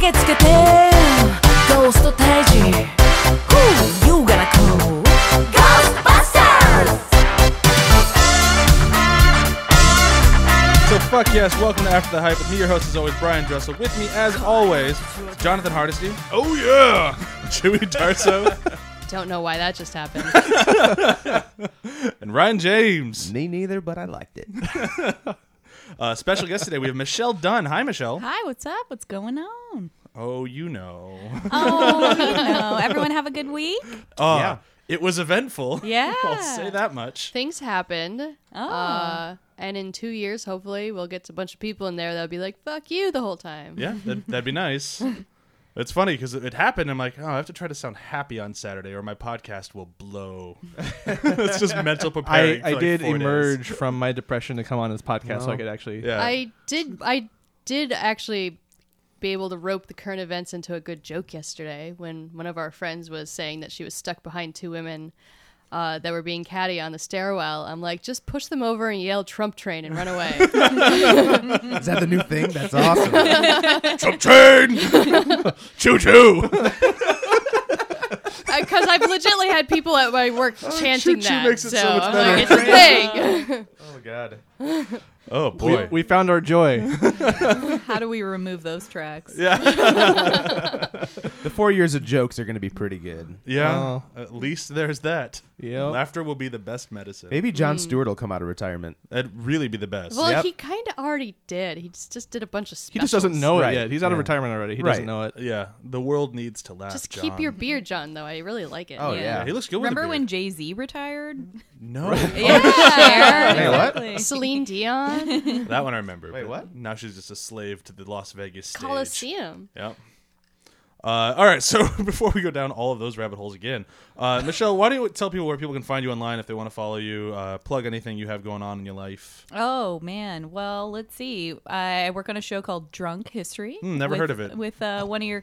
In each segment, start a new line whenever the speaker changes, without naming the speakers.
げつけてゴースト退治 Who you gonna call? Ghostbusters!
So fuck yes, welcome to After the Hype with me, your host as always, Brian Dressel. With me, as always, is Jonathan Hardesty. Oh yeah, Chewy Darso
Don't know why that just happened.
and Ryan James.
Me neither, but I liked it.
Uh, special guest today, we have Michelle Dunn. Hi, Michelle.
Hi, what's up? What's going on?
Oh, you know.
Oh, you know, everyone have a good week.
Uh,
Yeah.
it was eventful.
Yeah.
I'll say that much.
Things happened.
Oh.
Uh, and in two years, hopefully, we'll get a bunch of people in there that'll be like, fuck you the whole time.
Yeah, that'd, that'd be nice. It's funny because it, it happened. I'm like, oh, I have to try to sound happy on Saturday, or my podcast will blow. it's just mental
I,
preparing. for
I
like
did
four days.
emerge from my depression to come on this podcast so I could actually.
Yeah,
I did I did actually be able to rope the current events into a good joke yesterday when one of our friends was saying that she was stuck behind two women uh, that were being catty on the stairwell. I'm like, just push them over and yell Trump train and run away.
Is that the new thing? That's awesome.
Trump train, choo choo.
Because Uh, I've legitimately had people at my work chanting
Oh, choo-choo
that.
makes it
so
so much
I'm
better.
like, it's a thing.
Oh god. Oh
We,
boy.
we found our joy.
How do we remove those tracks?
the four years of jokes are going to be pretty good.
yeah.
Oh.
At least there's that.
Yep.
Laughter will be the best medicine.
Maybe
Mm.
John Stewart will come out of retirement.
That'd really be the best.
Well,
Yep.
he kind of already did. He just, just did a bunch of specials.
He just doesn't know
Right,
it yet. He's out of
yeah.
retirement already. He doesn't
Right.
know it.
yeah. The world needs to laugh.
Just keep
John.
your beard, John. Though I really like it.
Oh, yeah.
Yeah, he looks good.
Remember
with a
when
beard.
Jay Z retired?
No,
Yeah.
Hey, what?
Celine Dion,
that one I remember.
Wait,
but
what?
Now she's just a slave to the Las Vegas stage.
Coliseum.
Yep. Uh, all right. So before we go down all of those rabbit holes again, uh, Michelle, why don't you tell people where people can find you online if they want to follow you? Uh, plug anything you have going on in your life.
Oh man. Well, let's see. I work on a show called Drunk History.
Hmm, never
with-
heard of it.
With uh, one of your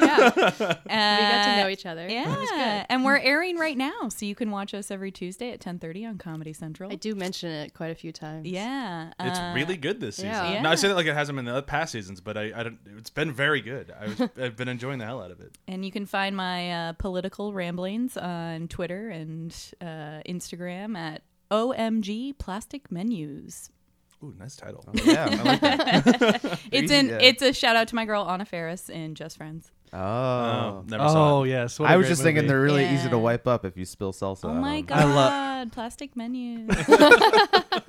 Yeah, we
we
got to know each other.
Yeah, and we're airing right now, so you can watch us every Tuesday at ten thirty on Comedy Central.
I do mention it quite a few times.
Yeah,
It's
uh,
really good this season.
yeah.
Yeah.
No, I say that like it hasn't been the other past seasons, but I, I don't. It's been very good. I was, I've been enjoying the hell out of it.
And you can find my uh, political ramblings on Twitter and uh, Instagram at OMG Plastic Menus.
Ooh, nice title.
Yeah, I like that.
It's
Easy,
an
yeah.
it's a shout out to my girl Anna Ferris in Just Friends.
Oh.
Um, never saw
Oh
it.
yes. What a
I was
great
just
movie.
thinking they're really
Yeah.
easy to wipe up if you spill salsa.
Oh
on
my
them.
god, Plastic Menus.
like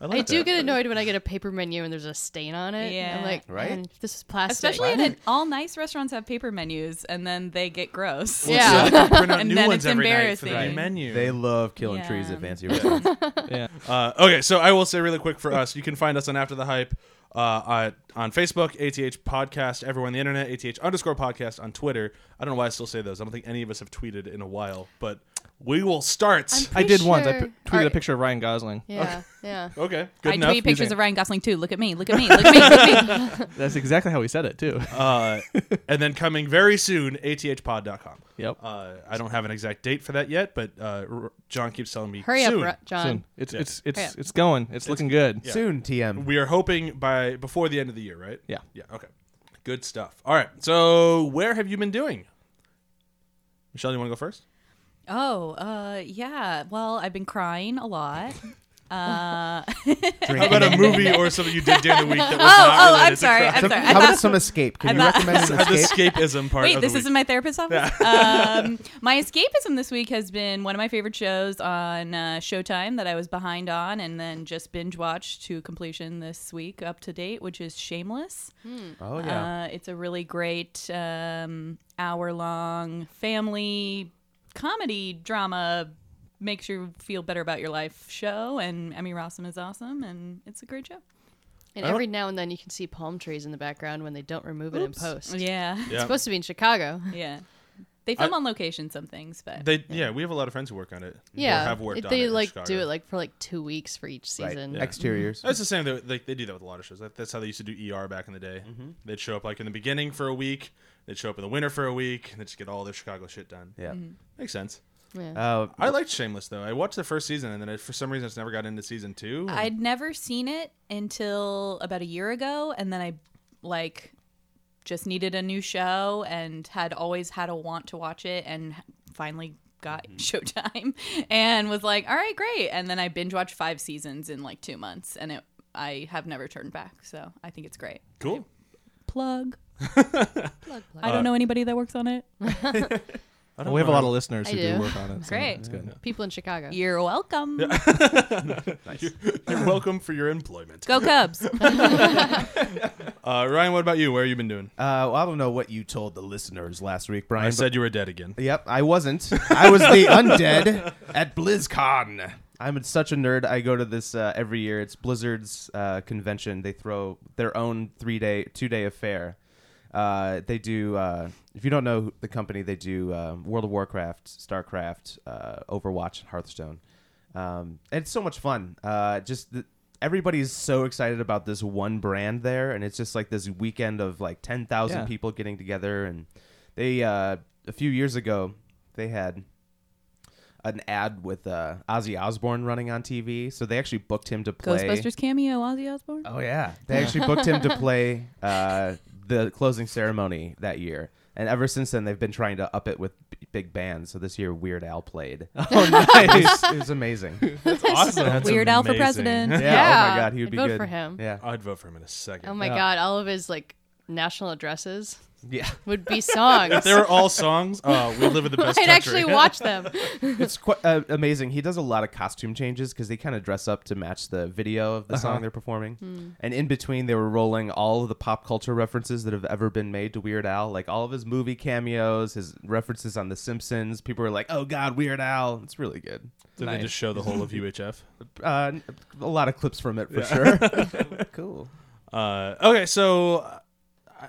I do
that.
get annoyed when I get a paper menu and there's a stain on it.
Yeah.
I'm like,
Right?
right? This is plastic.
Especially in an, all nice restaurants have paper menus, and then they get gross.
Yeah.
So they print out
And
new
then
ones
it's
every night for the
embarrassing.
new menu.
They love killing trees at
Yeah.
fancy restaurants.
Yeah.
Uh, okay, so I will say really quick for us, you can find us on After the Hype uh, at, on Facebook, ATH Podcast, everywhere on the internet, ATH underscore podcast on Twitter. I don't know why I still say those. I don't think any of us have tweeted in a while, but we will start.
I did once. I
sure-
p- tweeted
Are-
a picture of Ryan Gosling.
Yeah, yeah.
okay, good
I
enough.
tweet pictures
Using-
of Ryan Gosling too. Look at me, look at me, look at me, look at me.
That's exactly how he said it too.
uh, and then coming very soon, athpod.com.
Yep.
Uh, I don't have an exact date for that yet, but uh, R- John keeps telling me
Hurry
soon.
up, Ru- John.
Soon. It's
um, Yeah.
it's it's
Yeah.
it's going. It's looking good.
Soon, TM.
We are hoping by before the end of the year, right?
Yeah.
Yeah. Okay. Good stuff. All right. So where have you been doing? Michelle, you want to go first?
Oh, uh, yeah. Well, I've been crying a lot.
How about a movie or something you did during the week that was
Oh,
not
oh,
related
I'm
to
sorry.
crime?
I'm sorry. I
How
thought,
about some escape? Can you
thought-
recommend an
The
escape?
escapism part.
wait,
of the
this
week.
isn't my therapist's office. um, my escapism this week has been one of my favorite shows on uh, Showtime that I was behind on, and then just binge watched to completion this week, up to date, which is Shameless.
Oh yeah.
Uh, it's a really great um, hour long family comedy drama. Makes you feel better about your life show, and Emmy Rossum is awesome, and it's a great show.
And every now and then you can see palm trees in the background when they don't remove it in post.
Yeah,
It's supposed to be in Chicago.
yeah. They film on location some things, but
They yeah, we have a lot of friends who work on it.
Yeah,
or have worked
it-
on
they
it in
like
Chicago.
do it like for like two weeks for each
Right.
season.
Exteriors.
That's the same. They, they, they do that with a lot of shows. That, that's how they used to do ER back in the day.
Mm-hmm.
They'd show up like in the beginning for a week. They'd show up in the winter for a week, and they just get all their Chicago shit done.
Yeah.
Makes sense.
Yeah.
Uh,
I liked Shameless though. I watched the first season, and then I, for some reason, it's never got into season two.
I'd never seen it until about a year ago, and then I like just needed a new show and had always had a want to watch it and finally got
Mm-hmm.
Showtime and was like, all right, great. And then I binge watched five seasons in like two months and it, I have never turned back. So I think it's great.
Cool.
Plug.
Plug, plug.
Uh,
I don't know anybody that works on it.
I
Well, we have a
know.
lot of listeners
I
who do.
do.
work on it. so
Great.
It's good.
People in Chicago.
You're welcome.
You're welcome for your employment.
Go Cubs.
Uh, Ryan, what about you? Where have you been doing?
Uh, well, I don't know what you told the listeners last week, Brian.
I
but-
said you were dead again.
Yep, I wasn't. I was the undead at BlizzCon. I'm such a nerd. I go to this uh, every year. It's Blizzard's uh, convention. They throw their own three day, two day affair. Uh, they do. Uh, if you don't know the company, they do uh, World of Warcraft, Starcraft, uh, Overwatch, and Hearthstone. Um, and it's so much fun. Uh, just the, everybody's so excited about this one brand there, and it's just like this weekend of like ten thousand
Yeah.
people getting together. And they uh, a few years ago they had an ad with uh, Ozzy Osbourne running on TV, so they actually booked him to play.
Ghostbusters cameo, Ozzy Osbourne.
Oh yeah, they actually booked him to play uh, the closing ceremony that year, and ever since then they've been trying to up it with b- big bands. So this year Weird Al played.
Oh, nice.
it was amazing.
That's awesome. That's
Weird Al for
amazing.
president.
Oh my
Yeah.
god, he would
I'd
be
vote
good
for him.
Yeah,
I'd vote for him in a second.
Oh my god, all of his like national addresses
yeah.
would be songs.
they were all songs. Oh, we live in the best
I'd
country.
actually watch them.
It's quite uh, amazing. He does a lot of costume changes because they kind of dress up to match the video of the song they're performing. And in between, they were rolling all of the pop culture references that have ever been made to Weird Al, like all of his movie cameos, his references on The Simpsons. People were like, "Oh God, Weird Al!" It's really good.
Did they just show the whole of UHF?
Uh, n- a lot of clips from it for sure. Oh, cool.
Uh, okay, so uh, I,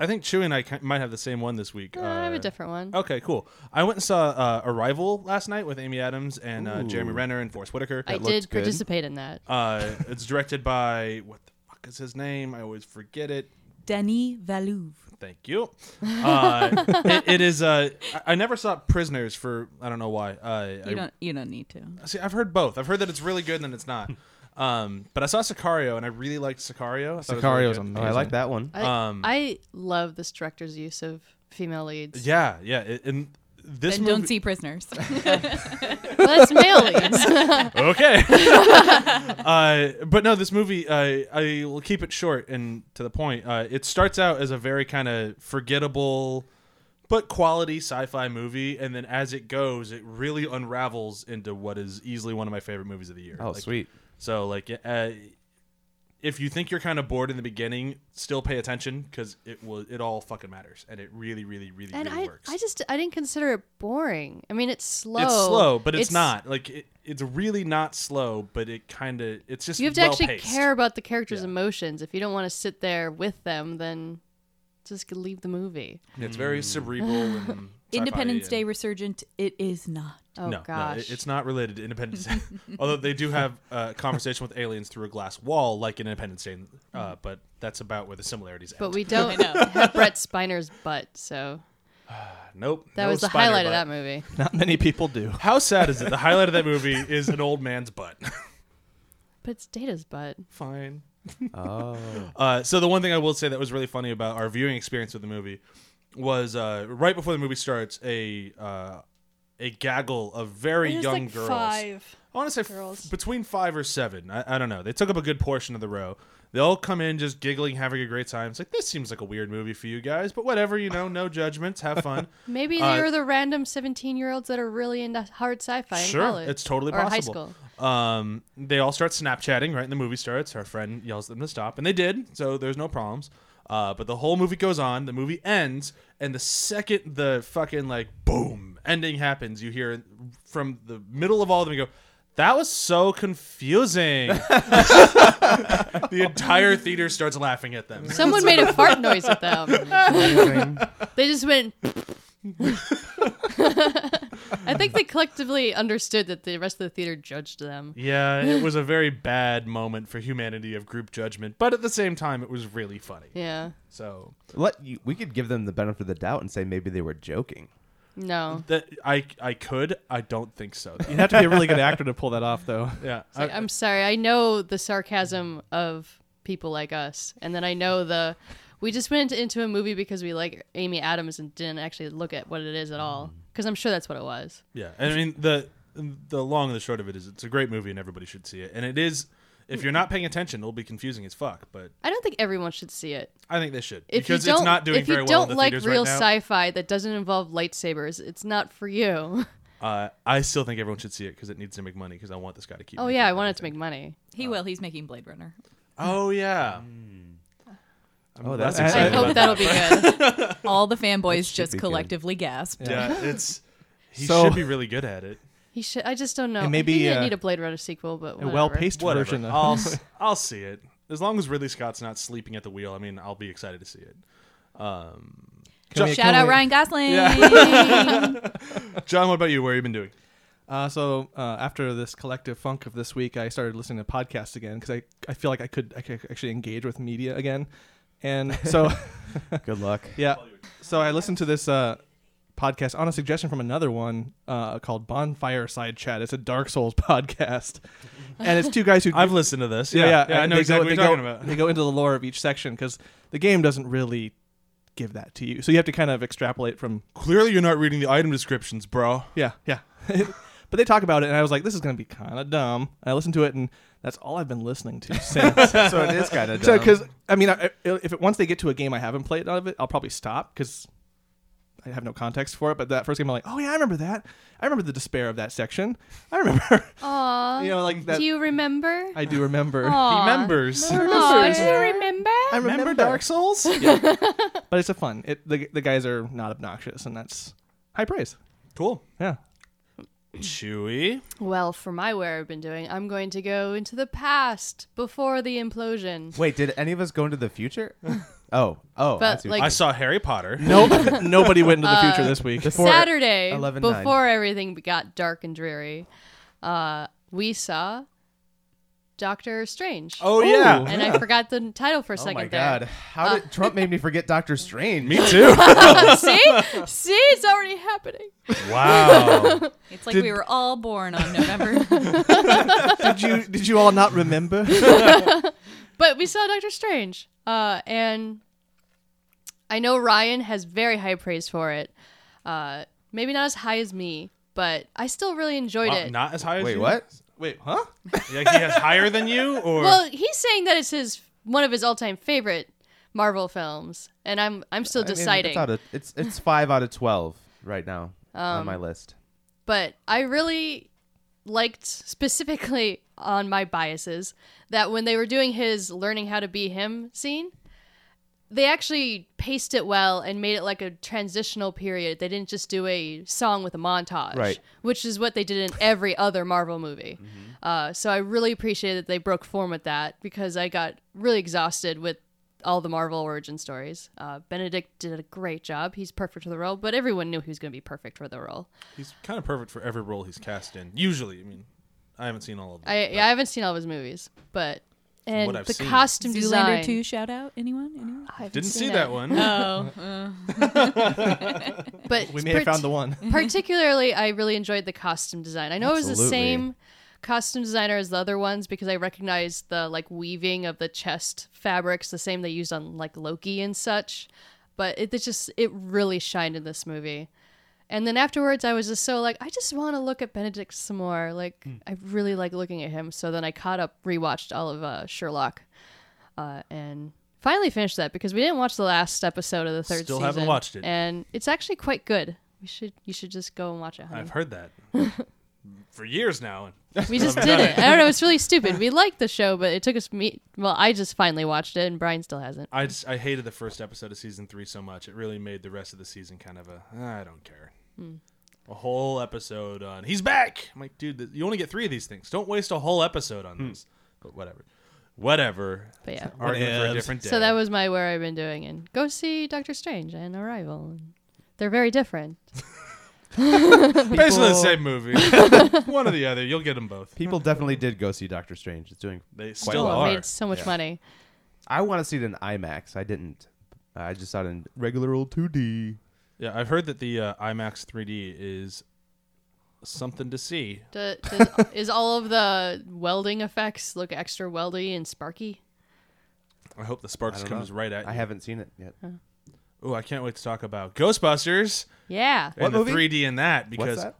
I think Chewy and I ki- might have the same one this week.
Uh, I have
Uh,
a different one.
Okay, cool. I went and saw uh, Arrival last night with Amy Adams and uh, Jeremy
Ooh.
Renner and Forrest Whitaker.
I
looked
did
good.
participate in that.
Uh, it's directed by what the fuck is his name? I always forget it.
Denis Valouve.
Thank you. Uh, it, it is. Uh, I, I never saw Prisoners for I don't know why. Uh, I
You don't. You don't need to.
See, I've heard both. I've heard that it's really good and then it's not. Um, but I saw Sicario and I really liked Sicario. I thought it was really good.
Sicario's
Oh,
amazing.
I like that one.
I,
Um,
I love this director's use of female leads.
Yeah, yeah. it- and this
Then
movie,
don't see prisoners.
Well, that's male leads.
okay. uh, but no, this movie, uh, I will keep it short and to the point. Uh, it starts out as a very kind of forgettable but quality sci-fi movie, and then as it goes, it really unravels into what is easily one of my favorite movies of the year.
Oh,
Like,
sweet.
So, like, uh, if you think you're kind of bored in the beginning, still pay attention because it will. It all fucking matters, and it really, really, really,
and
really
I,
works.
I just I didn't consider it boring. I mean, it's slow.
It's slow, but it's, not like it, it's really not slow, but it kind of it's just
You have to actually
well-paced.
care about the character's
Yeah.
emotions. If you don't want to sit there with them, then just leave the movie.
It's very cerebral. And sci-fi
Independence
and-
Day resurgent. It is not.
Oh
no,
gosh,
no, it- it's not related to Independence Day. Although they do have a conversation with aliens through a glass wall, like in Independence Day, uh, but that's about where the similarities end.
Mm. but we don't have Brett Spiner's butt. So
nope,
that
no
was the
spider
highlight of
butt.
that movie.
Not many people do.
How sad is it? The highlight of that movie is an old man's butt.
But it's Data's butt.
Fine.
Oh,
Uh, so the one thing I will say that was really funny about our viewing experience with the movie was uh, right before the movie starts, a uh, a gaggle of very young girls. I want to say f-
girls.
between five or seven. I, I don't know. They took up a good portion of the row. They all come in just giggling, having a great time. It's like this seems like a weird movie for you guys, but whatever. You know, no judgments. Have fun.
Maybe
Uh,
they were the random seventeen-year-olds that are really into hard sci-fi in
sure,
college.
it's totally
or
possible.
high school.
Um, they all start Snapchatting right, and the movie starts. Our friend yells at them to stop, and they did, so there's no problems. Uh, but the whole movie goes on. The movie ends, and the second the fucking like boom ending happens, you hear from the middle of all of them you go, "That was so confusing." the entire theater starts laughing at them.
Someone made a fart noise at them.
amazing.
They just went. I think they collectively understood that the rest of the theater judged them.
Yeah, it was a very bad moment for humanity of group judgment, but at the same time, it was really funny.
Yeah.
So
Let you, we could give them the benefit of the doubt and say maybe they were joking.
No.
that I I could I don't think so. though.
You'd have to be a really good actor to pull that off, though.
Yeah,
It's like, I'm sorry. I know the sarcasm of people like us, and then I know the We just went into, into a movie because we like Amy Adams and didn't actually look at what it is at all.
Mm.
Because I'm sure that's what it was.
Yeah, I mean the the long and the short of it is it's a great movie and everybody should see it. And it is if you're not paying attention, it'll be confusing as fuck. But
I don't think everyone should see it.
I think they should
If
because
you don't,
it's not doing
if you
very well in
don't
the
like
theaters
real
right now.
sci-fi that doesn't involve lightsabers, it's not for you.
Uh, I still think everyone should see it because it needs to make money. Because I want this guy to keep.
Oh
making
yeah, I
money,
wanted to
think.
make money.
He will. He's making Blade Runner.
Oh yeah. I'm-
Oh,
that's
that- I-
I
exciting.
hope
about
that'll be good.
All the fanboys
be
just
good.
collectively gasp.
that. Yeah, it's he
So-
should be really good at it.
He should. I just don't know.
And
I
maybe,
think I
uh,
need a Blade Runner sequel, but
A
whatever.
well-paced
Whatever. Uh,
version. Of
I'll s- I'll see it as long as Ridley Scott's not sleeping at the wheel. I mean, I'll be excited to see it. Um,
Can we-
Shout
can
out
we-
Ryan Gosling.
John, what about you? Where have you been doing?
Uh, so uh, after this collective funk of this week, I started listening to podcasts again because I, I feel like I could I could actually engage with media again, and so
Good luck.
yeah, so I listened to this uh, podcast on a suggestion from another one uh, called Bonfire Side Chat. It's a Dark Souls podcast, and it's two guys who
I've listened to this.
yeah, yeah,
I know
they
exactly
go,
what
they
you're talking
go-
about.
They go into the lore of each section because the game doesn't really give that to you, so you have to kind of extrapolate from
Clearly, you're not reading the item descriptions, bro.
Yeah, yeah. but they talk about it, and I was like, this is going to be kind of dumb. And I listened to it, and that's all I've been listening to since.
so it is kind of
so,
dumb.
because I mean, I, if it, once they get to a game I haven't played out of it, I'll probably stop because I have no context for it. But that first game, I'm like, oh yeah, I remember that. I remember the despair of that section. I remember,
Aw.
you know, like that.
Do you remember?
I do remember.
Uh, Aw.
Remembers.
Aw, do you remember?
I remember, Dark Souls. yeah. But it's a fun. It the the guys are not obnoxious, and that's high praise.
Cool.
Yeah.
Chewy.
Well, for my where I've been doing, I'm going to go into the past before the implosion.
Wait, did any of us go into the future? Oh, oh,
But,
I
like-
I saw Harry Potter.
Nope. nobody went into the
Uh,
future this week.
Saturday,
11, nine.
before everything got dark and dreary, uh, we saw Doctor Strange.
Oh
Ooh.
yeah.
and I forgot the title for a
oh
second
my
there. Uh,
god, how did Trump made me forget Doctor Strange?
Me too.
See? See, it's already happening.
wow.
It's like we were all born on November.
did you did you all not remember?
But we saw Doctor Strange. Uh, and I know Ryan has very high praise for it. Uh, maybe not as high as me, but I still really enjoyed
Wow,
it.
Uh, not as high as
Wait,
you?
what?
Wait, huh?
Like he has higher than you, or
Well, he's saying that it's his one of his all-time favorite Marvel films, and I'm I'm still
I mean, it's
deciding.
out of- it's, it's five out of twelve right now on
Um,
my list.
but I really liked specifically on my biases that when they were doing his learning how to be him scene, they actually paced it well and made it like a transitional period. They didn't just do a song with a montage,
Right.
which is what they did in every other Marvel movie. Uh, so I really appreciated that they broke form with that because I got really exhausted with all the Marvel origin stories. Uh, Benedict did a great job. He's perfect for the role, but everyone knew he was going to be perfect for the role.
he's kind of perfect for every role he's cast in. Usually, I mean, I haven't seen all of them.
I yeah, I haven't seen all of his movies, but and
what I've
the
seen.
costume design.
Zoolander 2 shout out. Anyone? Anyone?
I haven't
Didn't
seen
see
it.
that one.
Oh.
But
We may have found the one.
particularly, I really enjoyed the costume design. I know it was the
Absolutely.
same costume designer as the other ones because I recognized the like weaving of the chest fabrics, the same they used on like Loki and such. But it, it just it really shined in this movie. And then afterwards, I was just so like, I just want to look at Benedict some more. Like,
Hmm.
I really like looking at him. So then I caught up, rewatched all of uh, Sherlock, uh, and finally finished that because we didn't watch the last episode of the third
Still
season.
haven't watched it.
and it's actually quite good. We should you should just go and watch it. Honey.
I've heard that for years now.
We just did it. I don't know. It's really stupid. We liked the show, but it took us me. Well, I just finally watched it, and Brian still hasn't.
I just I hated the first episode of season three so much. It really made the rest of the season kind of a "Ah, I don't care.
Hmm.
A whole episode on he's back. I'm like, dude, th- you only get three of these things. Don't waste a whole episode on this. But whatever, whatever.
But yeah.
Arguing for a
Whatevs.
different day.
So that was my where I've been doing, and go see Doctor Strange and Arrival. They're very different.
basically the same movie. One or the other. You'll get them both.
People definitely did go see Doctor Strange. It's doing.
They
Still
still
well.
are.
made so much
Yeah.
money.
I want to see it in IMAX. I didn't. I just saw it in regular old 2D.
Yeah, I've heard that the uh, IMAX 3D is something to see.
Do, does, is all of the welding effects look extra weldy and sparky?
I hope the sparks
don't
comes
know.
right at you.
I haven't seen it yet.
Uh-huh.
Oh, I can't wait to talk about Ghostbusters
Yeah.
and
movie?
the 3D in that because
that?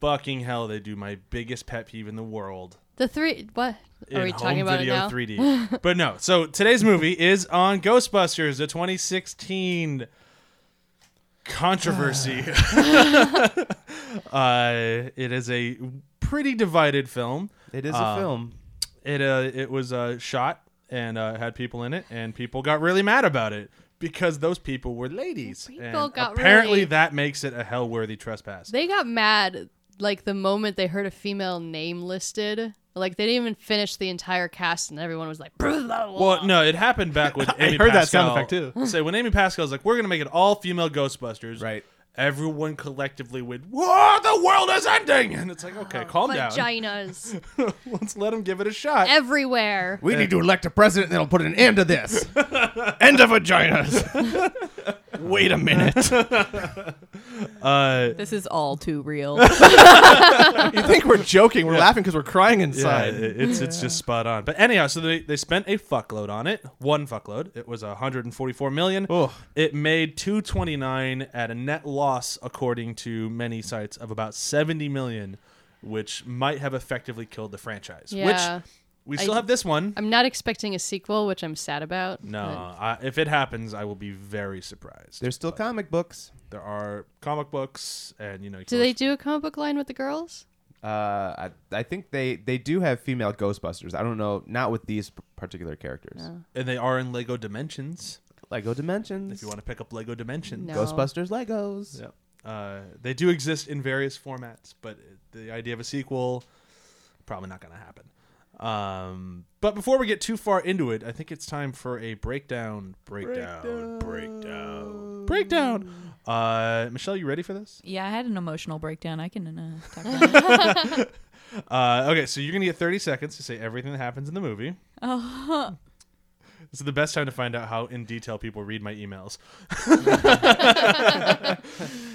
fucking hell, they do my biggest pet peeve in the world.
The three. What
in
are we talking
home
about it
video
now?
3D. but no, so today's movie is on Ghostbusters, the 2016 controversy. uh, it is a pretty divided film.
It is
um,
Uh,
a film.
It uh, it was uh, shot and uh, had people in it, and people got really mad about it because those people were ladies.
People
and
got
apparently
really-
that makes it a hell worthy trespass.
They got mad like the moment they heard a female name listed. Like they didn't even finish the entire cast, and everyone was like,
Well, no, it happened back with Amy
heard that
Pascal.
sound effect,
Say when Amy Pascal's like, "We're gonna make it all female Ghostbusters,"
Right.
Everyone collectively went, "Whoa, the world is ending!" And it's like, okay, calm down.
vaginas
Let's let them give it a shot.
everywhere.
We need to elect a president that'll put an end to this.
End of vaginas. Wait a minute.
Uh,
This is all too real.
you think we're joking? We're laughing because we're crying
yeah,
inside.
it- it's it's just spot on. But anyhow, so they, they spent a fuckload on it, one fuckload. It was 144 million.
Ugh.
It made 229 at a net loss, according to many sites, of about 70 million, which might have effectively killed the franchise.
Yeah.
Which we still
I-
have this one.
I'm not expecting a sequel, which I'm sad about.
No, I, if it happens, I will be very surprised.
There's still comic books.
there are comic books, and you know, you
Do
can
they do a comic book line with the girls?
Uh, I, I think they, they do have female Ghostbusters. I don't know, not with these p- particular characters.
and they are in Lego Dimensions.
Lego Dimensions.
If you want to pick up Lego Dimensions,
No.
Ghostbusters Legos.
Yeah. uh, they do exist in various formats, but the idea of a sequel probably not going to happen. Um, but before we get too far into it, I think it's time for a breakdown, breakdown, breakdown, breakdown. Uh, Michelle, you ready for this?
yeah, I had an emotional breakdown. I can uh, talk about it.
Uh, okay, so you're gonna get 30 seconds to say everything that happens in the movie.
Oh,
This is the best time to find out how in detail people read my emails.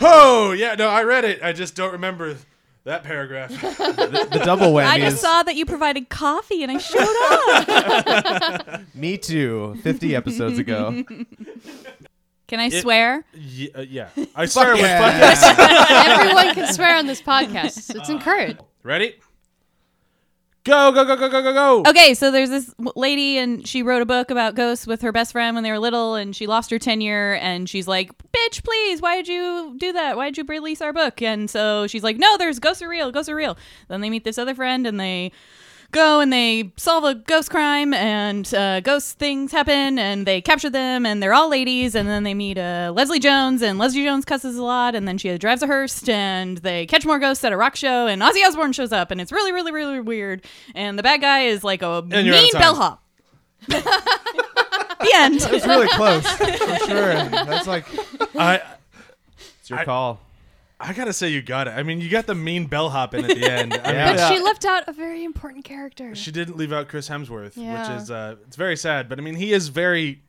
oh yeah, no, I read it. I just don't remember that paragraph.
The double whammy
I just
is
saw that you provided coffee and I showed up.
me too. 50 episodes ago.
Can I swear?
Ye- uh, yeah, I swear it was fucking.
Everyone can swear on this podcast.
Uh,
It's encouraged.
Ready? Go go go go go go go.
Okay, so there's this w- lady, and she wrote a book about ghosts with her best friend when they were little, and she lost her tenure, and she's like, "Bitch, please, why did you do that? Why did you release our book?" And so she's like, "No, there's ghosts are real, ghosts are real." Then they meet this other friend, and they go and they solve a ghost crime, and uh, ghost things happen, and they capture them, and they're all ladies, and then they meet uh, Leslie Jones, and Leslie Jones cusses a lot, and then she drives a hearse, and they catch more ghosts at a rock show, and Ozzy Osbourne shows up, and it's really, really, really weird, and the bad guy is like a
you're out of
mean
time.
bellhop. the end.
It's really close, for sure. That's like,
I
it's your
I-
call.
I gotta say you got it. I mean, you got the mean bellhop in at the end. I
Yeah.
mean,
But she left out a very important character.
she didn't leave out Chris Hemsworth,
Yeah.
which is uh, it's very sad. But I mean, he is very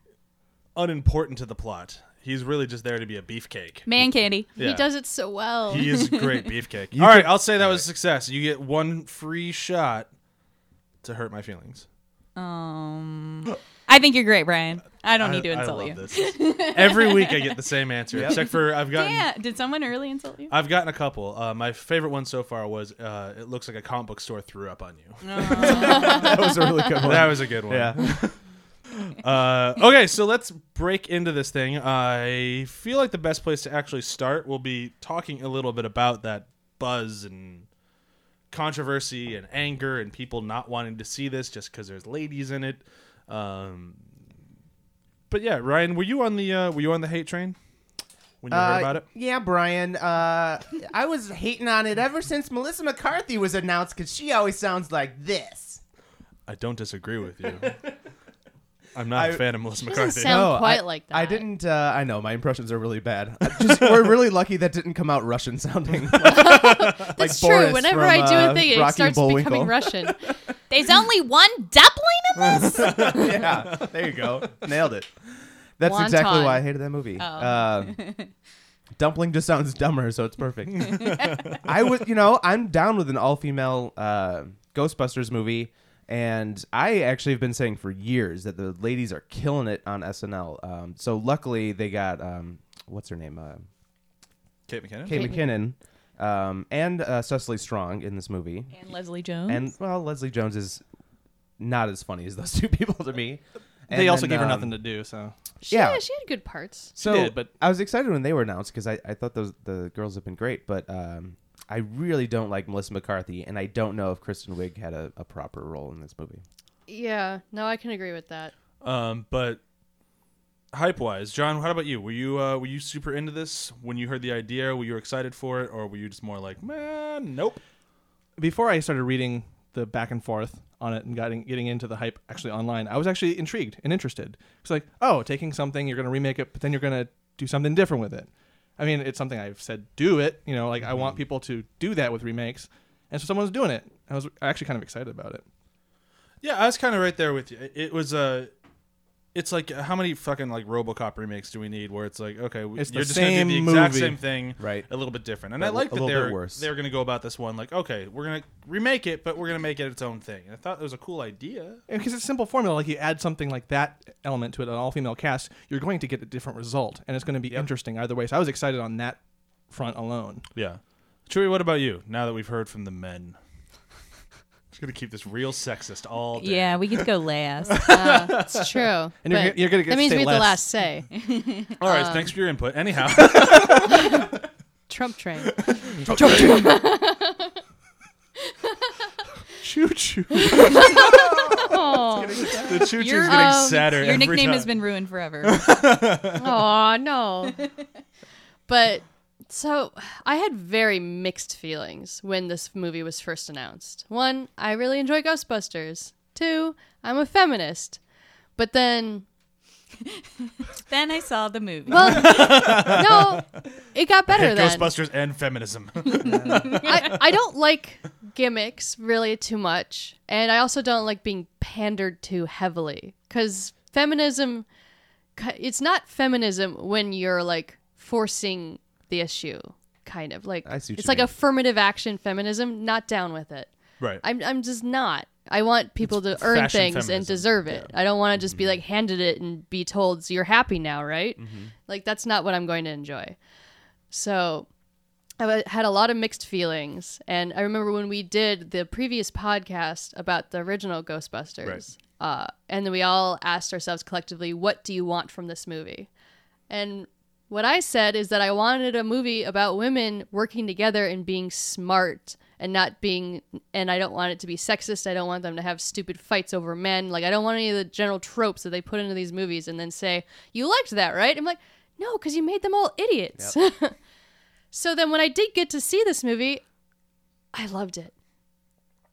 unimportant to the plot. He's really just there to be a beefcake.
Man candy.
Yeah.
He does it so well.
He is a great beefcake. All right, I'll say that was a success. You get one free shot to hurt my feelings.
Um, I think you're great, Brian. I don't need to
I
insult
love
you.
this. Every week I get the same answer, except for I've gotten
Yeah, did someone really insult you?
I've gotten a couple. Uh, my favorite one so far was uh, it looks like a comic book store threw up on you.
That was a really good one.
That was a good one.
yeah.
Uh, okay, so let's break into this thing. I feel like the best place to actually start will be talking a little bit about that buzz and controversy and anger and people not wanting to see this just because there's ladies in it. Um, but yeah, Ryan, were you on the uh, were you on the hate train when you heard about it?
Uh, Yeah, Brian. Uh, I was hating on it ever since Melissa McCarthy was announced because she always sounds like this.
I don't disagree with you. I'm not a
I-
fan of Melissa
doesn't
McCarthy.
sound- Sound quite
Oh, I,
like
I
that.
didn't. Uh, I know my impressions are really bad. I just, we're really lucky that didn't come out Russian sounding.
That's
like
true.
Boris
Whenever
from,
I do
uh,
a thing, it
Rocky and
starts
Bullwinkle.
becoming Russian.
There's only one dumpling in this.
yeah, there you go. Nailed it. That's exactly
Wonton.
why I hated that movie.
Oh.
Uh, dumpling just sounds dumber, so it's perfect. I was, you know, I'm down with an all-female uh, Ghostbusters movie, And I actually have been saying for years that the ladies are killing it on SNL. Um, so luckily they got um, what's her name, uh,
Kate McKinnon.
Kate,
Kate
McKinnon, um, and uh, Cecily Strong in this movie.
And Leslie Jones.
And well, Leslie Jones is not as funny as those two people to me. um,
they also gave her nothing to do, so
She,
Yeah.
yeah, she had good parts.
So
did, but-
I was excited when they were announced because I, I thought those the girls have been great, but um, I really don't like Melissa McCarthy, and I don't know if Kristen Wiig had a, a proper role in this movie.
Yeah, no, I can agree with that.
Um, but hype wise, John, how about you? Were you uh, were you super into this when you heard the idea? Were you excited for it, or were you just more like, man, nope?
before I started reading the back and forth on it and getting getting into the hype actually online, I was actually intrigued and interested. It's like, oh, taking something, you're gonna remake it, but then you're gonna do something different with it. I mean, it's something I've said do it. You know, like I want people to do that with remakes, and so someone's doing it. I was actually kind of excited about it.
Yeah, I was kind of right there with you. It- It was Uh, it's like how many fucking like RoboCop remakes do we need? Where it's like, okay, we-
It's the
you're just gonna do the
same
exact
movie.
same thing,
Right.
A little bit different. And
But
I
a
like that
little bit
they're
worse.
they're gonna go about this one like, okay, we're gonna remake it, but we're gonna make it its own thing. And I thought it was a cool idea.
because it's a simple formula like you add something like that element to it an all-female cast you're going to get a different result and it's going to be interesting either way so i was excited on that front alone
Yeah, Chewie, what about you? Now that we've heard from the men. Just gonna keep this real sexist all day.
yeah, we get to go last.
It's true. and
you're gonna- you're gonna get
that means
say
we have the
less.
last say.
All right,
um,
thanks for your input. Anyhow,
Trump train.
choo choo
Oh,
the choo choo's
Your,
getting
um,
sadder.
Your
every
nickname
time.
has been ruined forever.
Aw, no. But so I had very mixed feelings when this movie was first announced. One, I really enjoy Ghostbusters. Two, I'm a feminist. But then,
then I saw the movie.
well, no, it got better then.
Ghostbusters and feminism.
I, I don't like gimmicks really too much. And I also don't like being pandered to heavily. Because feminism, ki- it's not feminism when you're like forcing the issue, kind of. Like,
I see what
it's
you
like
mean.
affirmative action feminism, not down with it.
right.
I'm, I'm just not. I want people to earn
fashion
things
feminism.
and deserve it. I don't want to
Mm-hmm.
just be like handed it and be told, so you're happy now, right? Like, that's not what I'm going to enjoy. So I wa- had a lot of mixed feelings. And I remember when we did the previous podcast about the original Ghostbusters. Uh, and then we all asked ourselves collectively, what do you want from this movie? And what I said is that I wanted a movie about women working together and being smart and not being, and I don't want it to be sexist. I don't want them to have stupid fights over men. Like, I don't want any of the general tropes that they put into these movies and then say, You liked that, right? I'm like, No, because you made them all idiots. so then when I did get to see this movie, I loved it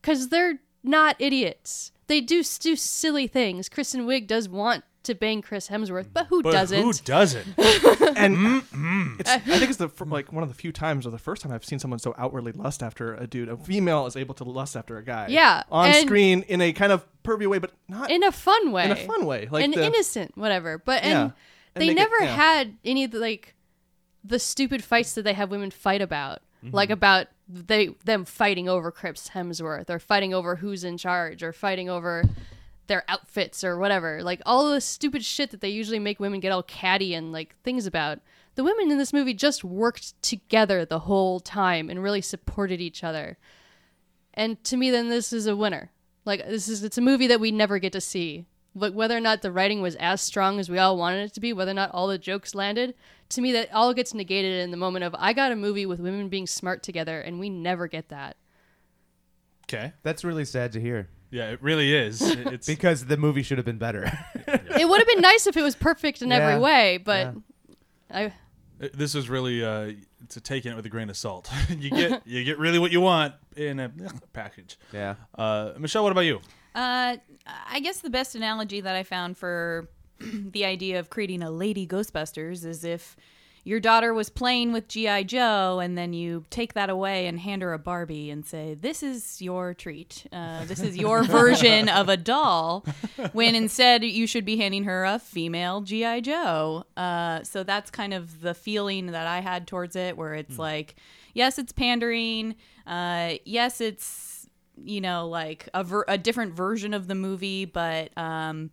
because they're not idiots. They do s- do silly things. Kristen Wiig does want to bang Chris Hemsworth, but who
but
doesn't?
who doesn't?
and it's, i think it's the fir- like one of the few times or the first time i've seen someone so outwardly lust after a dude a female is able to lust after a guy
Yeah,
on
and-
screen in a kind of pervy way but not
in a fun way.
In a fun way, like
an
the-
innocent, whatever. But and
Yeah. And
they
make it-
never
yeah.
had any of the, like the stupid fights that they have women fight about,
Mm-hmm.
like about they them fighting over Crips Hemsworth or fighting over who's in charge or fighting over their outfits or whatever. Like all the stupid shit that they usually make women get all catty and like things about. The women in this movie just worked together the whole time and really supported each other and to me then this is a winner like this is it's a movie that we never get to see but whether or not the writing was as strong as we all wanted it to be whether or not all the jokes landed to me that all gets negated in the moment of i got a movie with women being smart together and we never get that
Okay.
That's really sad to hear
Yeah, it really is. It's
because the movie should have been better.
it would have been nice if it was perfect in
Yeah.
every way but i
this is really uh, to taking it with a grain of salt. you get you get really what you want in a eh, package.
yeah,
Uh, Michelle, what about you?
Uh, I guess the best analogy that I found for the idea of creating a lady Ghostbusters is if your daughter was playing with G.I. Joe and then you take that away and hand her a Barbie and say, This is your treat. Uh, this is your version of a doll, when instead you should be handing her a female G.I. Joe. Uh, so that's kind of the feeling that I had towards it, where it's like, Yes, it's pandering. Uh, yes, it's you know, like a, ver- a different version of the movie, but um,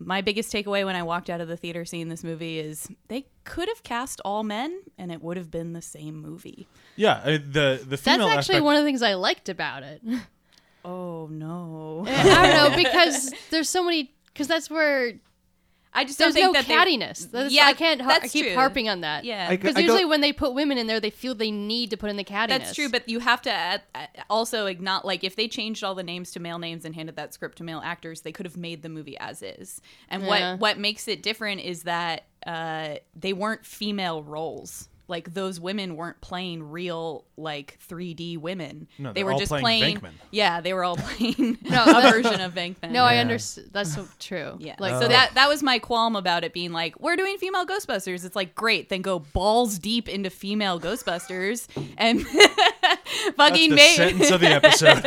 my biggest takeaway when I walked out of the theater seeing this movie is they could have cast all men and it would have been the same movie.
Yeah, I- the the
That's
female
actually
aspect-
one of the things I liked about it.
Oh no.
I don't know because there's so many because that's where
I just
there's
don't
no
think that they-
cattiness. That's-
Yeah,
I can't har-
that's
keep
true.
harping on that.
Yeah.
I-
because
go-
usually when they put women in there, they feel they need to put in the cattiness.
That's true, but you have to uh, uh, also acknowledge, like, if they changed all the names to male names and handed that script to male actors, they could have made the movie as is. And
Yeah.
what what makes it different is that uh, they weren't female roles. Like those women weren't playing real, like 3D women.
No,
they
they're
were
all
just
playing
playing.
Venkman.
Yeah, they were all playing
No,
a
that-
version of Venkman.
no, I understand. That's so true.
Yeah.
like
so that that was my qualm about it being like, we're doing female Ghostbusters. It's like great, then go balls deep into female Ghostbusters and
That's
fucking
the
make
sentence of the episode.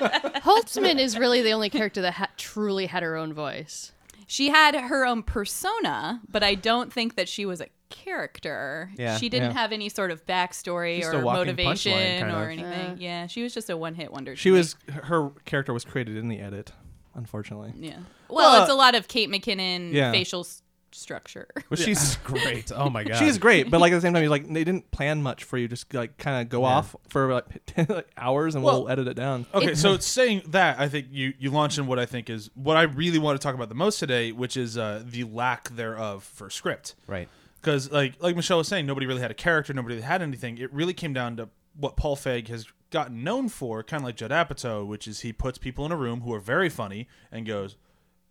Holtzman is really the only character that ha- truly had her own voice.
she had her own persona, but I don't think that she was a character.
Yeah,
she didn't
yeah.
have any sort of backstory
Just a
or
walking
motivation
punchline, kind
or
of.
anything. yeah, she was just a one hit wonder. to
She
me.
was her character was created in the edit, unfortunately.
Yeah. Well,
Well,
it's a lot of Kate McKinnon
yeah.
facial s- structure.
But she's great. Oh my god.
She's great, but like at the same time, he's like they didn't plan much for you. Just like kind of go off for like, 10, like hours, and
Well-
we'll,
oh.
edit it down.
okay, so saying that, I think you you launch in what I think is what I really want to talk about the most today, which is uh, the lack thereof for script.
Right.
because like like Michelle was saying, nobody really had a character, nobody really had anything. It really came down to what Paul Feig has gotten known for, kind of like Judd Apatow, which is he puts people in a room who are very funny and goes,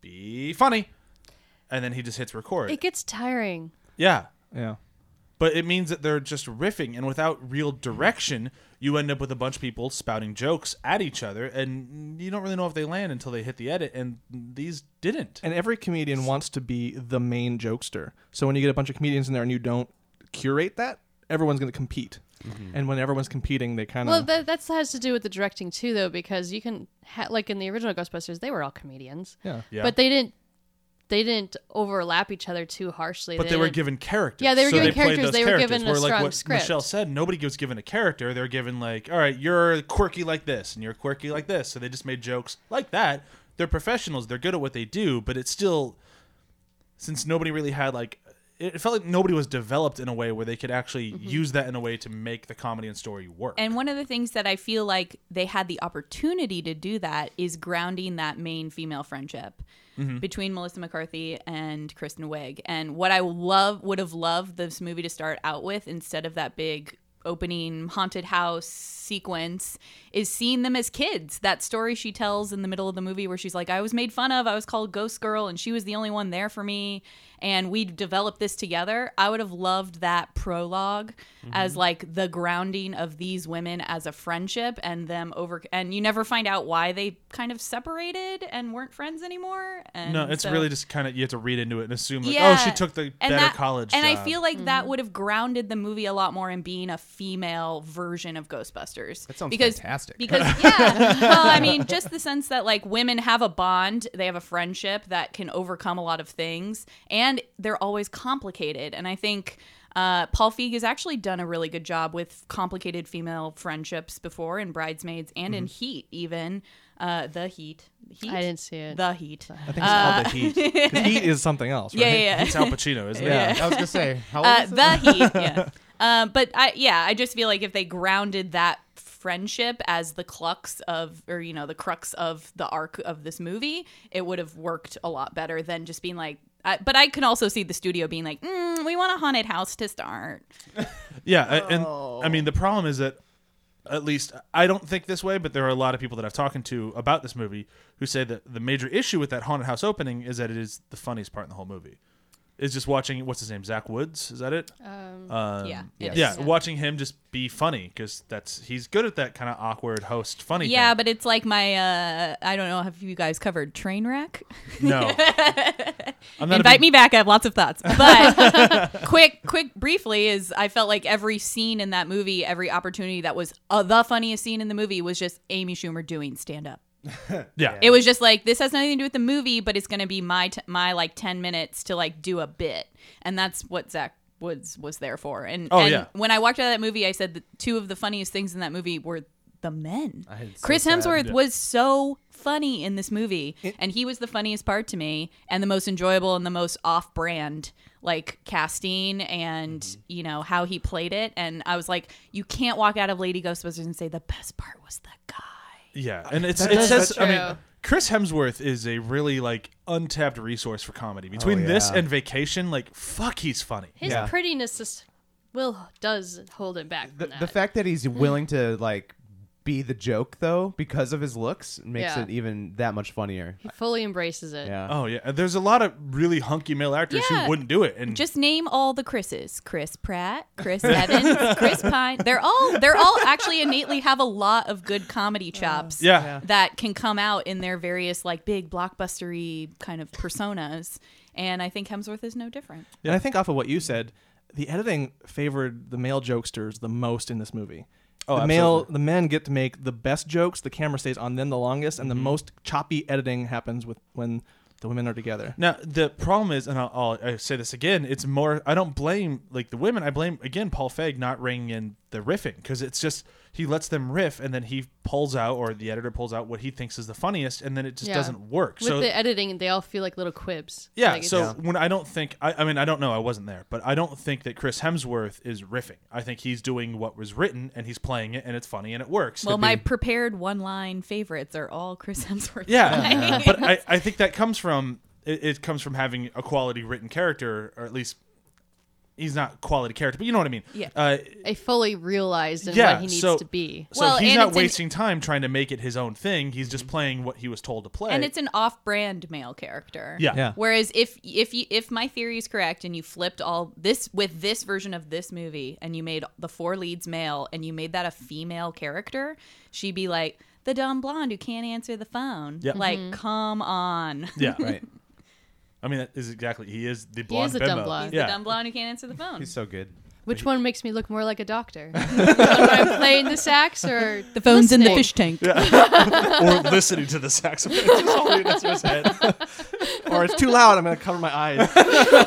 "Be funny," and then he just hits record.
It gets tiring.
yeah,
Yeah,
but it means that they're just riffing, and without real direction, you end up with a bunch of people spouting jokes at each other, and you don't really know if they land until they hit the edit. And these didn't.
and every comedian wants to be the main jokester. So when you get a bunch of comedians in there and you don't curate that, everyone's going to compete. And when everyone's competing, they kind of
Well, that that's has to do with the directing too, though, because you can ha- like in the original Ghostbusters, they were all comedians.
yeah.
Yeah.
But they didn't they didn't overlap each other too harshly.
But they were
didn't-
given characters.
Yeah, they were
so
given
played
characters.
those
They were
characters,
given a
where, like
strong
what
script.
Michelle said, nobody was given a character. They're given like, all right, you're quirky like this, and you're quirky like this. So they just made jokes like that. They're professionals. They're good at what they do, but it's still since nobody really had like it felt like nobody was developed in a way where they could actually use that in a way to make the comedy and story work.
And one of the things that I feel like they had the opportunity to do that is grounding that main female friendship between Melissa McCarthy and Kristen Wiig. And what I love would have loved this movie to start out with instead of that big opening haunted house sequence is seeing them as kids. That story she tells in the middle of the movie where she's like, I was made fun of, I was called Ghost Girl, and she was the only one there for me, and we developed this together. I would have loved that prolog as
Mm-hmm.
like the grounding of these women as a friendship and them over and you never find out why they kind of separated and weren't friends anymore. And
no, it's
so-
really just kind of you have to read into it and assume like,
yeah.
oh, she took the
And
better
that-
college.
And I
job.
feel like that
Mm.
would have grounded the movie a lot more in being a female version of Ghostbusters.
That sounds
because,
fantastic.
Because yeah, well, I mean, just the sense that like women have a bond, they have a friendship that can overcome a lot of things, and they're always complicated. And I think. Uh, Paul Feig has actually done a really good job with complicated female friendships before in Bridesmaids and in
Mm-hmm.
Heat, even uh, the Heat. Heat.
I didn't see it.
The Heat.
I think it's called the heat. 'Cause heat is something else, right?
yeah, yeah, yeah.
it's Al Pacino, isn't it?
Yeah. I was gonna say. How old
Uh,
is it?
the heat, yeah. Uh, but I, yeah, I just feel like if they grounded that friendship as the clux of, or you know, the crux of the arc of this movie, it would have worked a lot better than just being like. I, but I can also see the studio being like, mm, "We want a haunted house to start."
Yeah, I- and I mean the problem is that at least I don't think this way, but there are a lot of people that I've talked to about this movie who say that the major issue with that haunted house opening is that it is the funniest part in the whole movie. Is just watching what's his name Zach Woods is that it? Um,
Um,
Uh, yeah,
yeah,
it is.
Watching him just be funny because that's he's good at that kind of awkward host funny.
Yeah,
thing.
but it's like my, uh, I don't know, have you guys covered Trainwreck?
no. I'm not a
Invite
big-
me back. I have lots of thoughts. But quick, quick, briefly is I felt like every scene in that movie, every opportunity that was uh, the funniest scene in the movie was just Amy Schumer doing stand up.
Yeah,
It was just like this has nothing to do with the movie, but it's going to be my t- my like ten minutes to like do a bit, and that's what Zach Woods was there for. And
Oh,
and
yeah.
when I walked out of that movie, I said that two of the funniest things in that movie were the men.
I- it's so
Chris
sad.
Hemsworth
Yeah.
was so funny in this movie, and he was the funniest part to me, and the most enjoyable and the most off-brand like casting and
Mm-hmm.
you know how he played it. And I was like, you can't walk out of Lady Ghostbusters and say the best part was the guy.
Yeah, and it's
That
it
is-
says
that's
I mean
true.
Chris Hemsworth is a really like untapped resource for comedy. Between this
yeah.
and Vacation, like fuck, he's funny.
His
Yeah.
prettiness is, will does hold him back. From
the,
that. Mm.
the fact that he's willing to like be the joke though because of his looks makes
Yeah.
it even that much funnier.
he fully embraces it.
Yeah.
Oh yeah, there's a lot of really hunky male actors
Yeah.
who wouldn't do it, and
Just name all the Chris's: Chris Pratt, Chris Evans, Chris Pine. They're all they're all actually innately have a lot of good comedy chops.
yeah,
that can come out in their various like big blockbustery kind of personas. And I think Hemsworth is no different.
And I think off of what you said, the editing favored the male jokesters the most in this movie.
Oh,
the male,
absolutely.
the men get to make the best jokes. The camera stays on them the longest, and the most choppy editing happens with when the women are together.
Now the problem is, and I'll, I'll I say this again. It's more. I don't blame like the women. I blame again Paul Feig not ringing in the riffing because it's just he lets them riff and then he pulls out or the editor pulls out what he thinks is the funniest and then it just
Yeah.
doesn't work.
With
so
the editing, they all feel like little quibs.
yeah.
Like, it's-
so when I don't think I, I mean I don't know I wasn't there, but I don't think that Chris Hemsworth is riffing. I think he's doing what was written and he's playing it and it's funny and it works.
Well, my prepared one line favorites are all Chris Hemsworth.
Yeah, but I, I think that comes from it, it comes from having a quality written character, or at least he's not quality character, but you know what I mean.
Yeah.
Uh,
a fully realized in
Yeah,
what he needs
so-
to be.
so
Well,
he's
and
not
it's an-
wasting time trying to make it his own thing. He's just playing what he was told to play.
And it's an off-brand male character.
yeah,
Yeah.
Whereas if if you if my theory is correct and you flipped all this with this version of this movie and you made the four leads male and you made that a female character, she'd be like the dumb blonde who can't answer the phone.
Yep.
Like,
Mm-hmm.
come on.
yeah.
Right.
I mean, that is exactly he is the blonde.
is a dumb
bimbo.
blonde. He's
Yeah.
The dumb blonde who can't answer the phone.
He's so good.
Which one makes me look more like a doctor? The one when I'm playing the sax or the listening?
tank.
or listening to the saxophone. It's all in his head.
or it's too loud. I'm going to cover my eyes.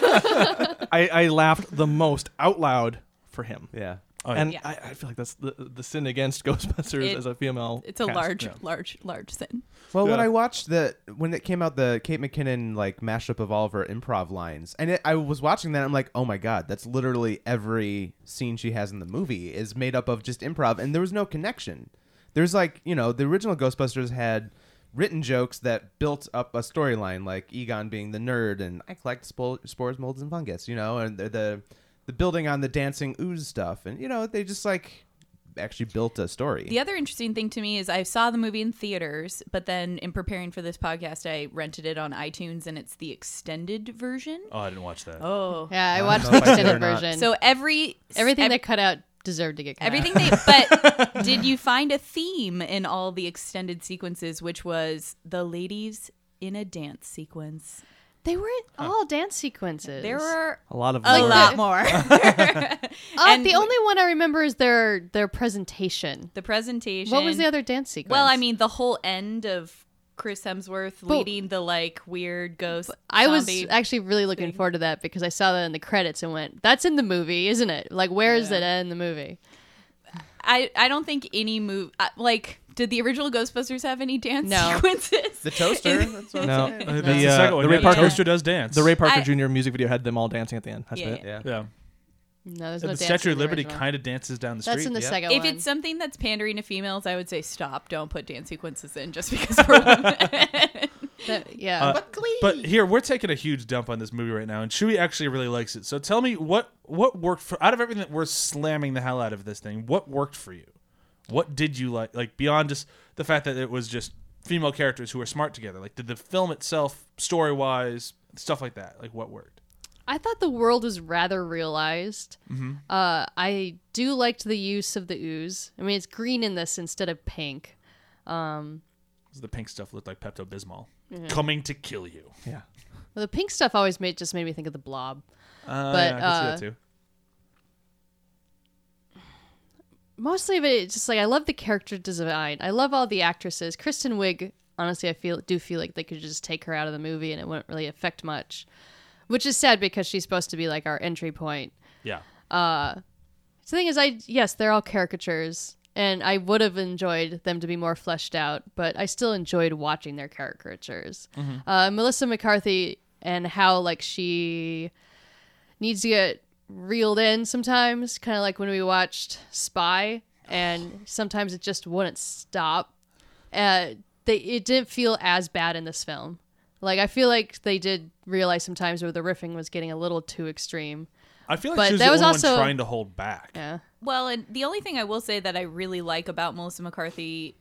I, I laughed the most out loud for him.
Yeah.
Oh, yeah.
And
Yeah.
I, I feel like that's the, the sin against Ghostbusters
It-
as a female.
It's a
cast.
large,
Yeah.
large, large sin.
Well, when
Yeah.
I watched the when it came out, the Kate McKinnon like mashup of all of her improv lines, and it, I was watching that, I'm like, oh my god, that's literally every scene she has in the movie is made up of just improv, and there was no connection. There's like, you know, the original Ghostbusters had written jokes that built up a storyline, like Egon being the nerd, and I collect spo- spores, molds, and fungus, you know, and the, the the building on the dancing ooze stuff, and you know, they just like actually built a story.
The other interesting thing to me is I saw the movie in theaters, but then in preparing for this podcast, I rented it on iTunes, and it's the extended version.
Oh, I didn't watch that.
Oh,
Yeah, I watched
know
the
if I did or
extended
not.
version. So
so every
everything
ev-
they cut out deserved to get cut
everything they. But did you find a theme in all the extended sequences, which was the ladies in a dance sequence?
out. They weren't all dance sequences.
There were
A lot of
a
lore.
lot more.
Uh,
and-
the only one I remember is their their presentation.
the presentation.
What was the other dance sequence?
Well, I mean, the whole end of Chris Hemsworth leading the like weird ghost.
I was
zombie-
actually really looking forward to that because I saw that in the credits and went, "That's in the movie, isn't it? Like, where is it in the movie?"
I I don't think any move I, like. Did the original Ghostbusters have any dance
No.
sequences?
the toaster. that's what
No,
I'm saying.
the,
That's the second
uh,
one.
the
yeah,
Ray
the
Parker,
toaster does dance.
the Ray Parker
I-
Jr. music video had them all dancing at the end. That's
Yeah,
it.
yeah.
yeah.
No, there's no.
the
dance
Statue
in
of
the
Liberty
original.
kind of dances down the street.
That's in the
yeah.
second
If
one.
it's something that's pandering to females, I would say stop. Don't put dance sequences in just because we're women.
That- yeah.
Uh, But here we're taking a huge dump on this movie right now, and Chewie actually really likes it. So tell me what what worked for out of everything that we're slamming the hell out of this thing. What worked for you? What did you like? Like beyond just the fact that it was just female characters who were smart together. Like did the film itself, story wise, stuff like that. Like what worked?
I thought the world was rather realized. Uh, I do liked the use of the ooze. I mean, it's green in this instead of pink.
'Cause The pink stuff looked like Pepto Bismol coming to kill you.
Yeah.
Well, the pink stuff always made just made me think of the blob.
Uh,
But,
yeah, I can
uh,
see that too.
Mostly of it, it's just like I love the character design. I love all the actresses. Kristen Wiig, honestly, I feel do feel like they could just take her out of the movie and it wouldn't really affect much, which is sad because she's supposed to be like our entry point.
Yeah.
The thing is, I yes, they're all caricatures. and I would have enjoyed them to be more fleshed out, but I still enjoyed watching their caricatures. Uh, Melissa McCarthy and how like she needs to get reeled in sometimes, kind of like when we watched Spy, and sometimes it just wouldn't stop. Uh, they it didn't feel as bad in this film. Like I feel like they did realize sometimes where the riffing was getting a little too extreme.
I feel like
But
she was
that
the
was
only
also-
one trying to hold back.
Yeah.
Well, and the only thing I will say that I really like about Melissa McCarthy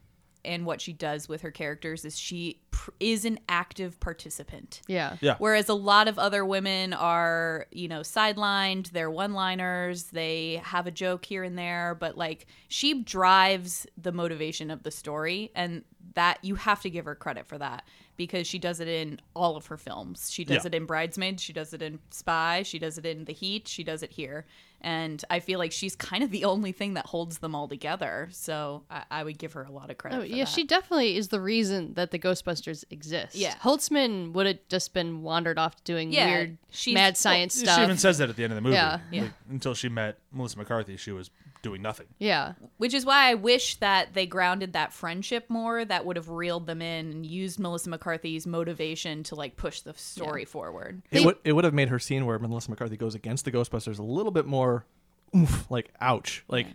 and what she does with her characters is she pr- is an active participant.
Yeah.
Yeah.
Whereas a lot of other women are, you know, sidelined, they're one liners, they have a joke here and there, but like she drives the motivation of the story. And that you have to give her credit for that because she does it in all of her films. She does
Yeah.
it in Bridesmaids, she does it in Spy, she does it in The Heat, she does it here. And I feel like she's kind of the only thing that holds them all together. So I, I would give her a lot of credit.
Oh,
for
yeah,
that.
she definitely is the reason that the Ghostbusters exist.
Yeah.
Holtzman would have just been wandered off doing
Yeah,
weird
she's-
mad science
She
stuff.
even says that at the end of the movie.
Yeah.
Yeah.
Like, until she met Melissa McCarthy, she was doing nothing.
yeah.
Which is why I wish that they grounded that friendship more. That would have reeled them in and used Melissa McCarthy's motivation to like push the story forward.
It would it would have made her scene where Melissa McCarthy goes against the Ghostbusters a little bit more, oof, like ouch, like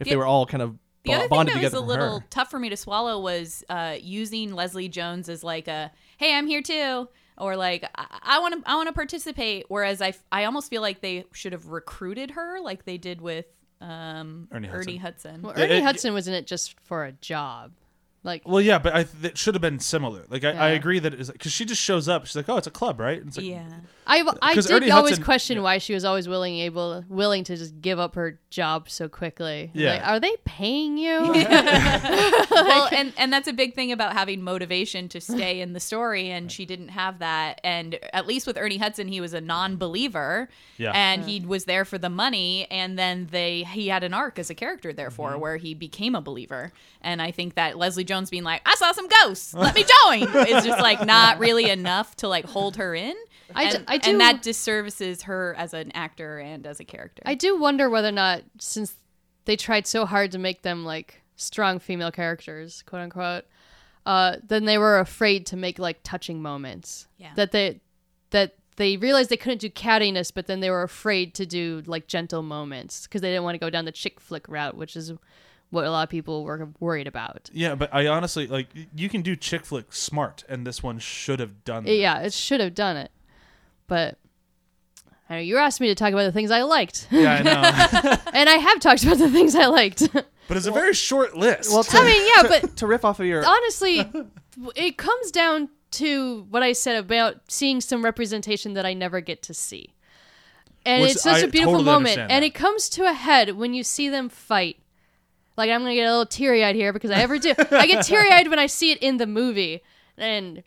if they
The-
were all kind of
The
bo-
other thing
bonded
that was
together.
a
for
little
her.
tough for me to swallow was uh, using Leslie Jones as like a "Hey, I'm here too," or like "I want to I want to participate." Whereas I, f- I almost feel like they should have recruited her like they did with um,
Ernie
Ernie,
Hudson.
Hudson.
Well, Ernie
it-
Hudson was in it just for a job. Like,
Well, yeah, but I th- it should have been similar. Like I, I
Yeah.
agree that it's because she just shows up. She's like, "Oh, it's a club, right?" And it's like,
yeah.
I, I
'cause
did
Ernie
always
Hudson-
question why she was always willing able willing to just give up her job so quickly.
Yeah.
Like, are they paying you?
well, and and that's a big thing about having motivation to stay in the story, and she didn't have that. And at least with Ernie Hudson, he was a non-believer,
Yeah.
and he was there for the money. And then they he had an arc as a character, therefore, where he became a believer. And I think that Leslie Jones being like, "I saw some ghosts, let me join," is just like not really enough to like hold her in.
I d-
and,
I do-
and that disservices her as an actor and as a character.
I do wonder whether or not since they tried so hard to make them like strong female characters, quote unquote, uh, then they were afraid to make like touching moments.
Yeah.
That they that they realized they couldn't do cattiness, but then they were afraid to do like gentle moments because they didn't want to go down the chick flick route, which is what a lot of people were worried about.
yeah. But I honestly like y- you can do chick flick smart, and this one should have done. that.
Yeah, it should have done it, but. I know you were asking me to talk about the things I liked,
yeah, I know.
and I have talked about the things I liked.
but it's a very short list.
well, to,
I mean, yeah, but
to riff off of your
honestly, it comes down to what I said about seeing some representation that I never get to see. And
Which
it's such
I
a beautiful
totally
moment.
understand
And
that.
it comes to a head when you see them fight. Like, I'm going to get a little teary eyed here because I ever do. I get teary eyed when I see it in the movie. And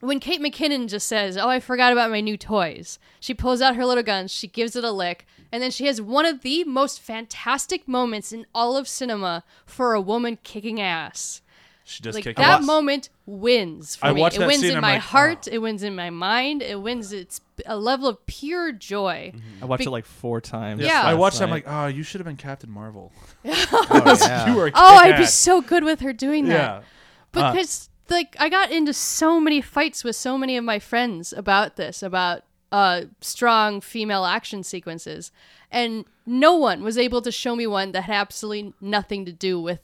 when Kate McKinnon just says, Oh, I forgot about my new toys, she pulls out her little gun, she gives it a lick, and then she has one of the most fantastic moments in all of cinema for a woman kicking ass
she does
like
kick
that
ass.
moment wins for
I
me.
watched
It
that
wins
scene,
in
I'm
my
like,
heart.
oh.
It wins in my mind. It wins. It's a level of pure joy.
Mm-hmm.
I watched
Be-
it like four times.
Yeah.
I
last
watched. it, I'm
night.
like, "Oh, you should have been Captain Marvel.
Oh, yeah.
You are.
Oh, I'd be
kick-ass.
so good with her doing
Yeah.
that
Uh,
because like I got into so many fights with so many of my friends about this about uh strong female action sequences and no one was able to show me one that had absolutely nothing to do with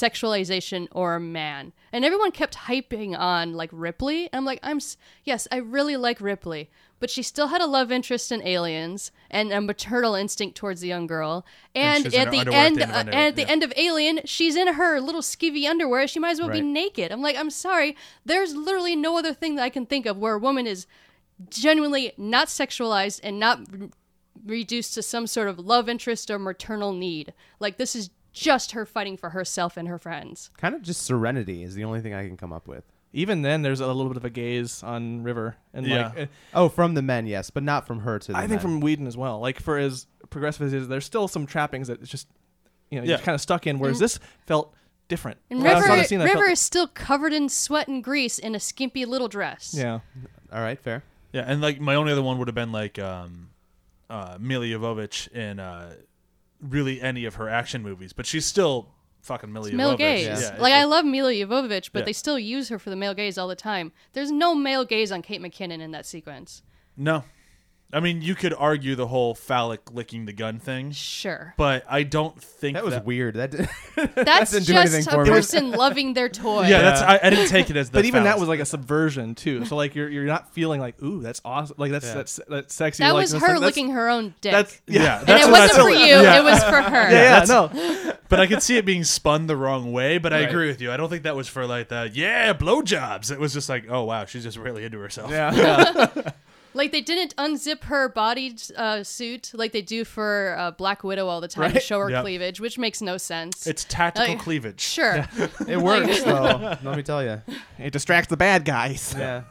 sexualization or a man and everyone kept hyping on like ripley and i'm like i'm s- yes i really like ripley but she still had a love interest in aliens and a maternal instinct towards the young girl and,
she's in
at
her
the
underwear at the end of
end uh, and
Underworld,
at the
yeah.
end of Alien, she's in her little skivvy underwear. She might as well be
Right.
naked. I'm like, I'm sorry. There's literally no other thing that I can think of where a woman is genuinely not sexualized and not re- reduced to some sort of love interest or maternal need. Like, this is just her fighting for herself and her friends.
kind of just serenity is the only thing I can come up with.
even then, there's a little bit of a gaze on River, and like
Yeah.
eh,
Oh, from the men, yes, but not from her to the
I think
men.
from Whedon as well. Like for as progressive as it is, there's still some trappings that it's just you know
Yeah.
you're kind of stuck in. Whereas this felt different.
And
When I saw
River,
the scene, I felt-
River is still covered in sweat and grease in a skimpy little dress.
yeah.
All right, fair.
Yeah, and like my only other one would have been like um uh Mila Jovovich in uh really any of her action movies, but she's still fucking Mila
It's male
Jovovich.
gaze.
Yeah,
like
it-
I love Mila Jovovich, but
Yeah.
they still use her for the male gaze all the time. There's no male gaze on Kate McKinnon in that sequence.
no, I mean you could argue the whole phallic licking the gun thing,
Sure,
but I don't think
That was weird. That did,
that's
didn't do anything
just a
for me.
person loving their toy.
Yeah, that's I, I didn't take it as the.
but even that
phallus
was like a
thing.
subversion too. So like you're you're not feeling like ooh that's awesome. Like that's
Yeah.
that's that's sexy.
that
like,
was
that's-
her
that's-
licking her own dick,
That's yeah.
yeah.
and
That's
it
what I
wasn't for
felt.
you.
Yeah.
It was for her.
Yeah, yeah, no.
But I could see it being spun the wrong way. But I
Right.
agree with you. I don't think that was for like the yeah blowjobs. It was just like oh wow, she's just really into herself.
Yeah, yeah.
Like they didn't unzip her body uh, suit like they do for uh, Black Widow all the time to
Right.
show her
Yep.
cleavage, which makes no sense.
It's tactical
Like-
cleavage.
sure.
it works though. Let me tell you.
It distracts the bad guys.
Yeah,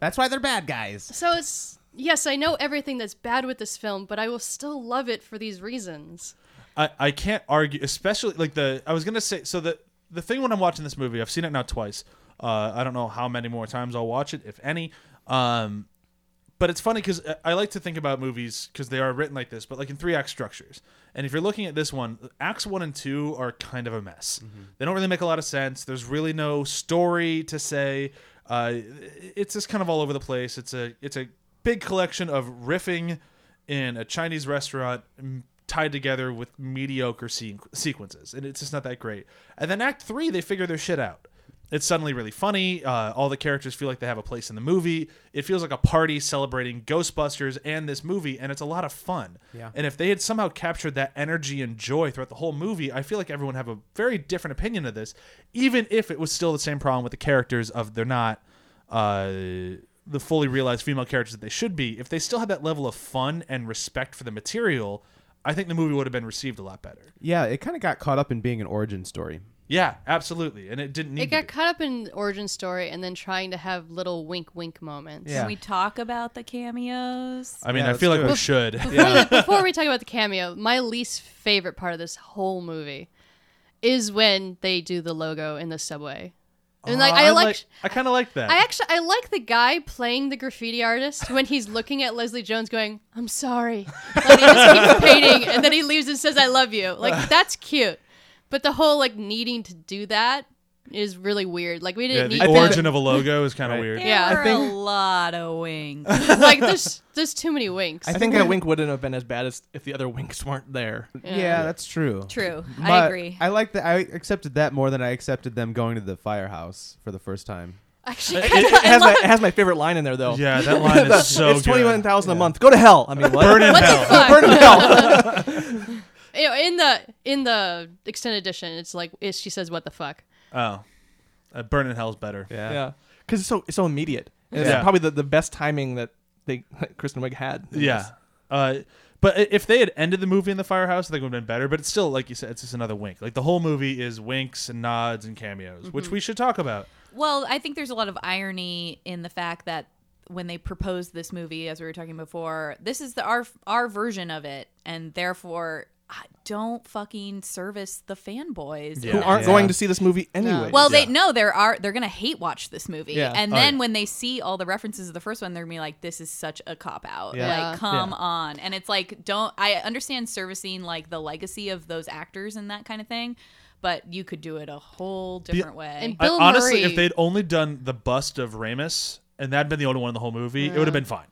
that's why they're bad guys.
So it's yes, I know everything that's bad with this film, but I will still love it for these reasons.
I, I can't argue, especially like the. I was gonna say so the the thing when I'm watching this movie, I've seen it now twice. Uh, I don't know how many more times I'll watch it, if any. Um, but it's funny because I like to think about movies because they are written like this, but like in three act structures. And if you're looking at this one, acts one and two are kind of a mess. They don't really make a lot of sense. There's really no story to say. Uh, it's just kind of all over the place. It's a it's a big collection of riffing in a Chinese restaurant m- tied together with mediocre sequ- sequences, and it's just not that great. And then Act Three, they figure their shit out. It's suddenly really funny. Uh, all the characters feel like they have a place in the movie. It feels like a party celebrating Ghostbusters and this movie, and it's a lot of fun. Yeah. And if they had somehow captured that energy and joy throughout the whole movie, I feel like everyone would have a very different opinion of this, even if it was still the same problem with the characters of they're not uh, the fully realized female characters that they should be, if they still had that level of fun and respect for the material, I think the movie would have been received a lot better.
Yeah, it kind of got caught up in being an origin story.
Yeah, absolutely. And it didn't need
It
to
got
be.
caught up in the origin story and then trying to have little wink wink moments.
Yeah.
Can we talk about the cameos?
I mean,
Yeah,
I
let's
feel like
do
we
it.
should.
Before, that- before we talk about the cameo, my least favorite part of this whole movie is when they do the logo in the subway. And like
Uh,
Oh, I, like,
I kind of like that.
I actually I like the guy playing the graffiti artist when he's looking at Leslie Jones going, "I'm sorry." Like he just keeps painting and then he leaves and says, "I love you." Like that's cute. But the whole like needing to do that is really weird. Like we
yeah,
didn't
the
need
origin of a logo is kind of
Right.
weird.
There
Yeah, I
were
think-
a lot of wings.
that. Like there's there's too many winks.
I think that wink wouldn't have been as bad as if the other winks weren't there.
Yeah, that's true.
True, I
But
agree.
I like that. I accepted that more than I accepted them going to the firehouse for the first time.
Actually,
It, it has my, it has my favorite line in there though.
Yeah, that line is so
it's
good.
twenty one thousand a month. Go to hell. I mean, what?
Burn in
what
hell.
the fuck?
Burn in hell.
You know, in the in the extended edition, it's like it, she says, "What the fuck."
Oh. Uh, burn in hell's better.
yeah, because it's so it's so immediate. And
Yeah.
It's probably the, the best timing that they Kristen Wiig had. in
Yeah.
this.
Uh, but i- if they had ended the movie in the firehouse, I think it would have been better. But it's still, like you said, it's just another wink. Like the whole movie is winks and nods and cameos,
Mm-hmm.
which we should talk about.
Well, I think there's a lot of irony in the fact that when they proposed this movie, as we were talking before, this is the our our version of it, and therefore I don't fucking service the fanboys.
Yeah.
Who aren't
Yeah.
going to see this movie anyway?
Well, they
Yeah.
no, there are they're gonna hate watch this movie,
Yeah.
and
Oh,
then
yeah.
when they see all the references of the first one, they're gonna be like, "This is such a cop out."
Yeah.
Yeah.
Like, come
Yeah.
on! And it's like, don't I understand servicing like the legacy of those actors and that kind of thing, but you could do it a whole different way.
And
I-
Bill
honestly,
Murray-
if they'd only done the bust of Ramus and that'd been the only one in the whole movie, it would have been fine.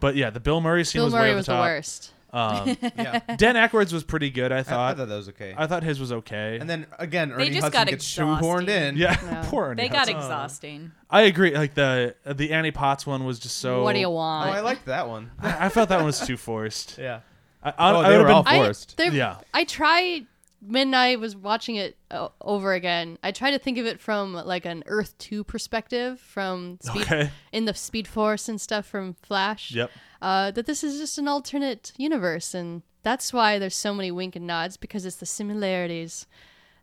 But yeah, the Bill Murray scene
Mm-hmm. Bill
was way
Murray
over
was
the
the
top.
worst.
yeah.
Dan Aykroyd's was pretty good, I
I,
Uh,
I
thought.
thought that was okay.
I thought his was okay.
and then again, Ernie
just
Hudson
got
gets shoehorned
exhausting.
in.
yeah,
No.
poor Ernie
they got
Hudson.
exhausting.
I agree. Like the the Annie Potts one was just so.
what do you
Oh,
want?
I liked that one.
I, I felt that one was too forced.
yeah.
I, I,
Oh,
I
they
would've
were
been
all
I,
forced.
there-
Yeah.
I tried when I was watching it o- over again. I tried to think of it from like an Earth Two perspective, from Speed,
Okay.
in the Speed Force and stuff from Flash.
Yep.
Uh, that this is just an alternate universe, and that's why there's so many wink and nods because it's the similarities.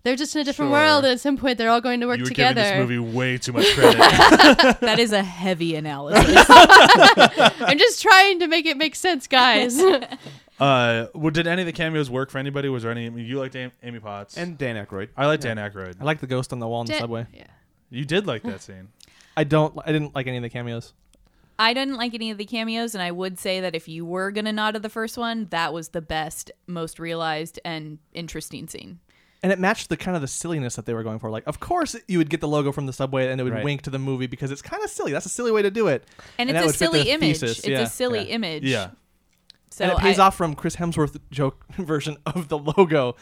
They're just in a different
Sure.
world, and at some point they're all going to work
You were
together.
giving this movie way too much credit.
That is a heavy analysis.
I'm just trying to make it make sense, guys.
uh, well, did any of the cameos work for anybody? Was there any? I mean, you liked Am- Amy Potts,
And Dan Aykroyd.
I liked Dan Aykroyd.
I like the ghost on the wall in the
Da-
subway.
yeah.
You did like that scene.
I don't. I didn't like any of the cameos.
I didn't like any of the cameos, and I would say that if you were gonna nod to the first one, that was the best, most realized, and interesting scene.
and it matched the kind of the silliness that they were going for. Like, of course you would get the logo from the subway and it would
Right.
wink to the movie because it's kind of silly. That's a silly way to do it,
And,
that
it's
would
a
fit
silly
their
image.
thesis.
It's
yeah.
a silly
Yeah.
image.
Yeah.
So
and it pays
I,
off from Chris Hemsworth joke version of the logo,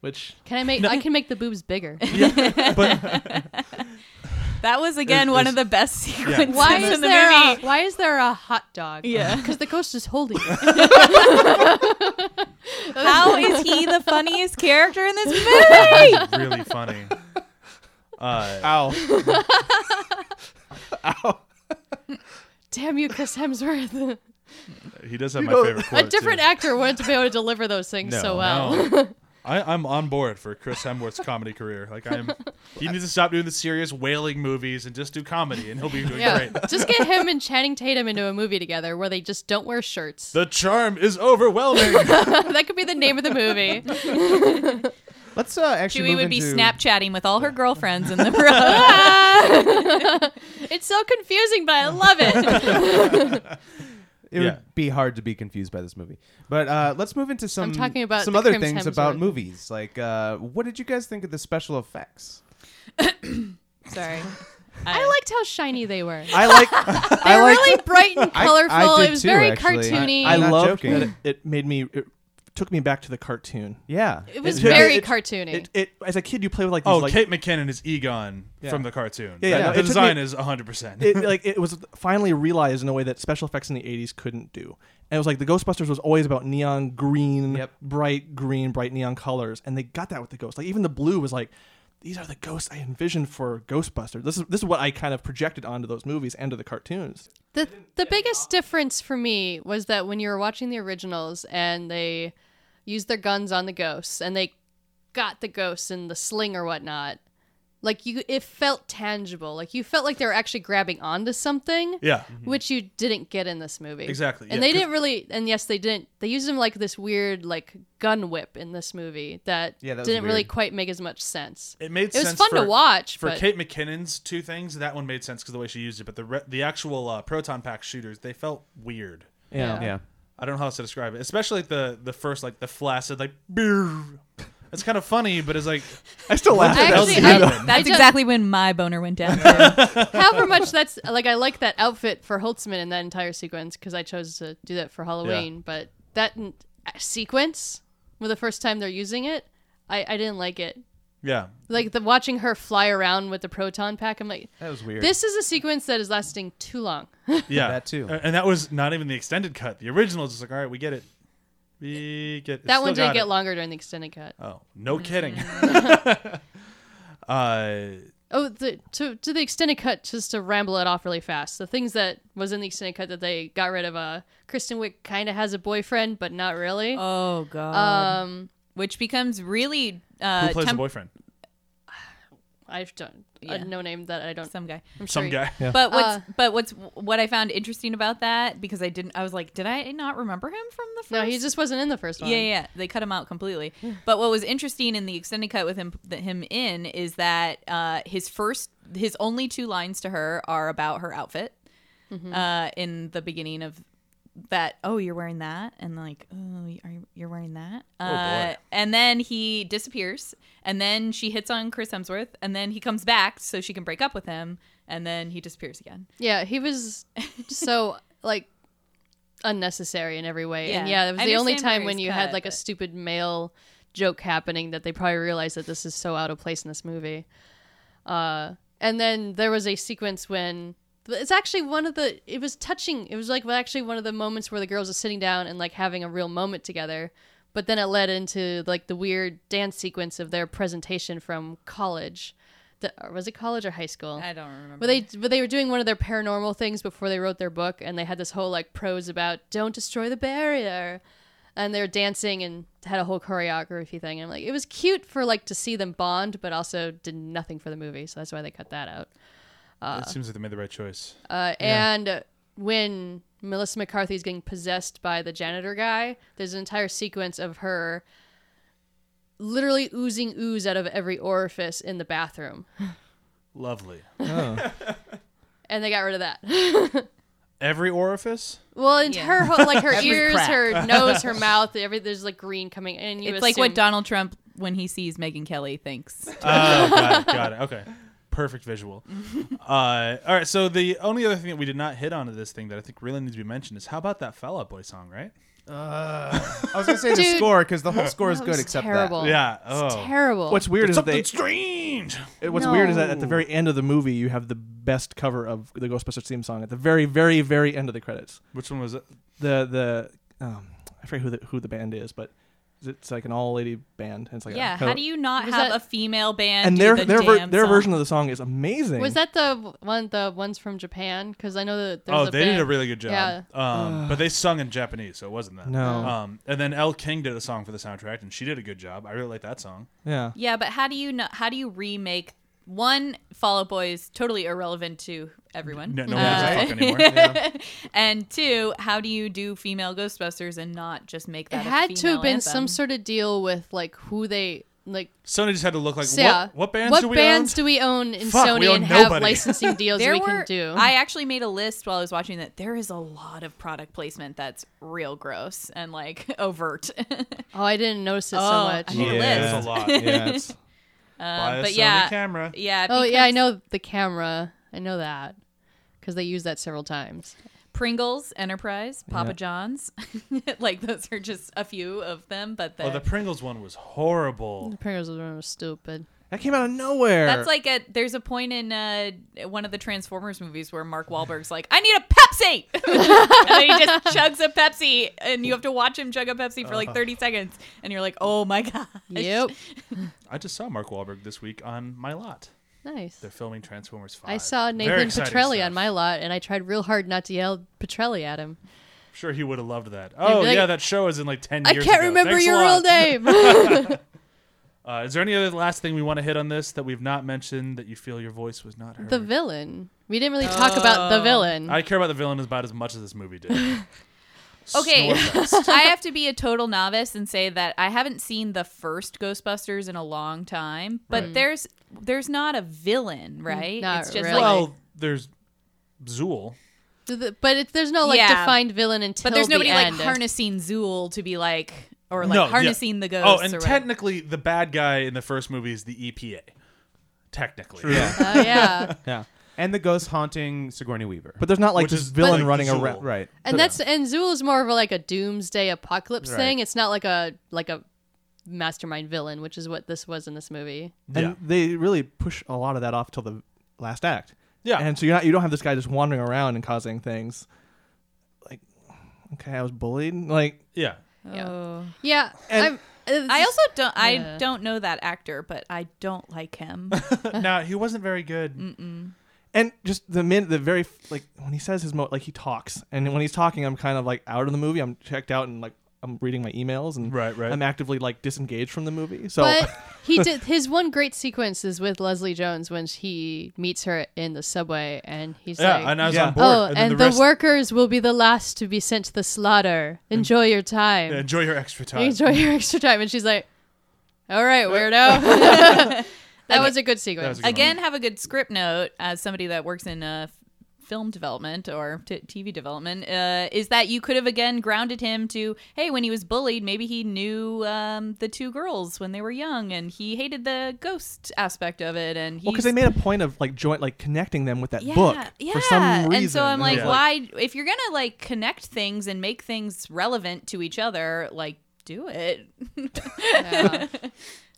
which
Can I make? I can make the boobs bigger.
That was again
Is-
one
is-
of the best sequences
Why
in
is
the
there? A,
movie.
why is there a hot dog?
Yeah.
because the coast is holding. it.
How is he the funniest character in this movie?
really funny.
Uh,
ow,
Damn you, Chris Hemsworth.
he does have my
know,
favorite
a
quote.
different
too.
actor wanted to be able to deliver those things so well.
No.
I, I'm on board for Chris Hemsworth's comedy career. Like I'm, he needs to stop doing the serious wailing movies and just do comedy, and he'll be doing
Yeah,
great.
just get him and Channing Tatum into a movie together where they just don't wear shirts.
The charm is overwhelming.
that could be the name of the movie.
Let's uh, actually
Chewie
move
would be
into-
Snapchatting with all her girlfriends in the room.
It's so confusing, but I love it.
It
Yeah.
would be hard to be confused by this movie. But uh, let's move into some
talking about
some
the
other
Crims
things about
Hemsworth.
movies. Like, uh, what did you guys think of the special effects?
Sorry.
I liked how shiny they were.
I like, I
They were
like,
really bright and
I- I
colorful.
did
it was
too,
very
actually.
cartoony.
I
I'm not
love
joking.
that it, it made me, it took me back to the cartoon.
Yeah,
it was
It-
very
it-
cartoony.
It, it as a kid you play with like these
oh,
like
Kate McKinnon is Egon
Yeah.
from the cartoon.
Yeah, yeah,
The-
no, it
the
took
design
me-
is 100. percent
it, like it was finally realized in a way that special effects in the 80s couldn't do and it was like the ghostbusters was always about neon green
Yep.
bright green bright neon colors and they got that with the ghost like even the blue was like these are the ghosts i envisioned for ghostbusters this is this is what i kind of projected onto those movies and to the cartoons
The the biggest difference for me was that when you were watching the originals and they used their guns on the ghosts and they got the ghosts in the sling or whatnot, like you it felt tangible. Like you felt like they were actually grabbing onto something.
Yeah,
Which you didn't get in this movie.
Mm-hmm. Exactly,
And
yeah,
they
'cause-
didn't really and yes they didn't they used them like this weird like gun whip in this movie that,
Yeah, that was
didn't really
weird.
quite make as much sense.
it made.
It was
sense
fun to
for-
watch,
For
but
Kate McKinnon's two things, that one made sense because the way she used it, but the re- the actual uh, proton pack shooters, they felt weird.
Yeah.
yeah.
I don't know how else to describe it. Especially like the the first like the flaccid like "Brrr." It's kind of funny, but it's like
i still laugh
I
at that
actually
was the
I,
other one.
I
That's
don't-
exactly when my boner went down. too.
however much that's like I like that outfit for Holtzman in that entire sequence because I chose to do that for Halloween. But that n- uh, sequence, for the first time they're using it, I, I didn't like it.
yeah,
Like the watching her fly around with the proton pack, I'm like,
That was weird.
this is a sequence that is lasting too long.
yeah,
That too.
A- And that was not even the extended cut. The original is just like, all right, we get it, we get it.
that
Still
one
got
did get
it.
longer during the extended cut.
Oh, no
Mm-hmm.
kidding. uh,
Oh, the, to to the extended cut, just to ramble it off really fast. The things that was in the extended cut that they got rid of. Uh, Kristen Wiig kind of has a boyfriend, but not really.
oh god.
um,
Which becomes really
who
uh,
plays the
temp-
boyfriend?
I don't
Yeah.
a no name that I don't.
some guy.
I'm
Some
sure you-
guy.
But what's
Uh,
but what's what I found interesting about that because I didn't I was like did I not remember him from the first
No, he just wasn't in the first one.
Yeah, yeah, they cut him out completely. but what was interesting in the extended cut with him that him in is that uh, his first, his only two lines to her are about her outfit uh, in the beginning of that. Oh, you're wearing that, and like, oh, y- are you, you're wearing that? Uh, and then he disappears, and then she hits on Chris Hemsworth, and then he comes back so she can break up with him, and then he disappears again.
Yeah, he was so like unnecessary in every way. And
Yeah.
yeah, it was
I
the only
understand where
time when
he's
you had
cut,
like a
but-
stupid male joke happening that they probably realized that this is so out of place in this movie. Uh, and then there was a sequence when it's actually one of the it was touching. It was like actually one of the moments where the girls are sitting down and like having a real moment together. But then it led into like the weird dance sequence of their presentation from college. The, or was it college or high school?
I don't remember.
But they but they were doing one of their paranormal things before they wrote their book, and they had this whole like prose about don't destroy the barrier, and they were dancing and had a whole choreography thing. And like it was cute for like to see them bond, but also did nothing for the movie, so that's why they cut that out.
it seems like they made the right choice.
Uh, And uh, when Melissa McCarthy is getting possessed by the janitor guy, there's an entire sequence of her literally oozing ooze out of every orifice in the bathroom,
Lovely.
and they got rid of that.
Every orifice.
Well, and
Yeah.
her whole, like her
Every
ears,
crack.
her nose, her mouth, every there's like green coming in. You
it's like
assume-
what Donald Trump when he sees Megan Kelly thinks.
Oh, got it. Got it. Okay. Perfect visual. Uh, all right. So the only other thing that we did not hit on to this thing that I think really needs to be mentioned is how about that Fall Out Boy song, right?
I was gonna say the
Dude.
score because the whole score is
That
good
was
except
terrible.
Yeah.
It's
Oh.
terrible.
What's weird is
Something
they.
strange.
What's weird is that at the
No.
very end of the movie, you have the best cover of the Ghostbusters theme song at the very, very, very end of the credits.
Which one was it?
The the um, I forget who the who the band is, but it's like an all lady band. And it's like a
yeah, how
kind of-
do you not
Was
have
that-
a female band?
And
do
their
the
their ver-
damn
their
song?
version of the song is amazing.
was that the w- one? The ones from Japan? Because I know that there's
oh,
a
they
band.
did a really good job.
Yeah.
Um, but they sung in Japanese, so it wasn't that.
No.
Um, and then Elle King did a song for the soundtrack, and she did a good job. I really like that song.
Yeah.
Yeah, but how do you not, how do you remake one Fall Out Boy is totally irrelevant to everyone.
Oh.
uh,
No, no one gives a fuck anymore.
And two, how do you do female Ghostbusters and not just make
It
that a
had to
female
have been
anthem?
some sort of deal with like who they like.
Sony just had to look like
so yeah.
what, what bands do we
bands
own?
do we own in
Fuck, we
Sony
own
and have
nobody.
licensing deals that
There
we
were,
can do?
I actually made a list while I was watching that. There is a lot of product placement that's real gross and like overt.
oh, I didn't notice it
Oh,
so much.
I need a
Yeah.
list.
There's a lot.
yeah, it's-
Buy a
but
Sony
yeah.
camera.
Yeah.
Oh yeah,
because
I know the camera. I know that because they use that several times.
Pringles, Enterprise, Papa John's, like those are just a few of them. But
Oh, the Pringles one was horrible.
The Pringles one was stupid.
that came out of nowhere.
That's like a there's a point in uh, one of the Transformers movies where Mark Wahlberg's like, I need a Pepsi, and then he just chugs a Pepsi, and you have to watch him chug a Pepsi for like 30 seconds, and you're like, oh my god.
Yep.
I just saw Mark Wahlberg this week on my lot.
Nice.
They're filming Transformers Five.
I saw
Very
Nathan
exciting
Petrelli
stuff.
on my lot, and I tried real hard not to yell Petrelli at him.
I'm sure he would have loved that. Oh
like,
yeah, that show is in like ten
I
years.
can't
ago.
remember
Thanks a
your
lot.
real name.
Uh, is there any other last thing we want to hit on this that we've not mentioned that you feel your voice was not heard?
the villain. We didn't really talk about
Oh.
the villain.
I care about the villain about as much as this movie did.
Okay.
Snorefest.
I have to be a total novice and say that I haven't seen the first Ghostbusters in a long time, but there's there's not a villain, right?
Mm, Not
it's just
really.
like
well, there's Zool.
So the- but it, there's no like
Yeah.
defined villain until
but there's
the
nobody like
end.
harnessing Zool to be like or like
No, yeah.
harnessing the ghosts.
Oh, and
or whatever.
technically, the bad guy in the first movie is the EPA. Technically,
Yeah.
Oh yeah,
yeah.
and the ghost haunting Sigourney Weaver.
But there's not like
Which
this
is
villain
like
running
Zool.
around.
right,
and that's and Zool is more of a, like a doomsday apocalypse
Right.
thing. It's not like a like a mastermind villain, which is what this was in this movie.
And
Yeah.
they really push a lot of that off till the last act.
Yeah.
And so you're not you don't have this guy just wandering around and causing things. Like okay, I was bullied. Like
yeah.
Yeah.
Yeah,
And-
I'm,
Oh. I also don't. I
yeah.
don't know that actor, but I don't like him.
no, he wasn't very good.
Mm,
and just the min the very f- like when he says his mo like he talks and when he's talking I'm kind of like out of the movie. I'm checked out and like I'm reading my emails and
Right, right.
I'm actively like disengaged from the movie. So
But he did his one great sequence is with Leslie Jones when he meets her in the subway, and he's
Yeah,
like,
and I was
Yeah.
on board.
"Oh, and,
then
the,
rest-
workers will be the last to be sent to the slaughter. Enjoy your time.
Yeah, enjoy your extra time.
Enjoy your extra time." And she's like, "All right, weirdo." that was a good
That was
sequence.
a good
Again, have a good script note as somebody that works in uh, f- film development or t- TV development. Uh, is that you could have again grounded him to hey, when he was bullied, maybe he knew um, the two girls when they were young, and he hated the ghost aspect of it, and he
well, because they made a point of like joint like connecting them with that book for some reason.
And so I'm like,
it's
why? If you're gonna like connect things and make things relevant to each other, like do it.
Yeah.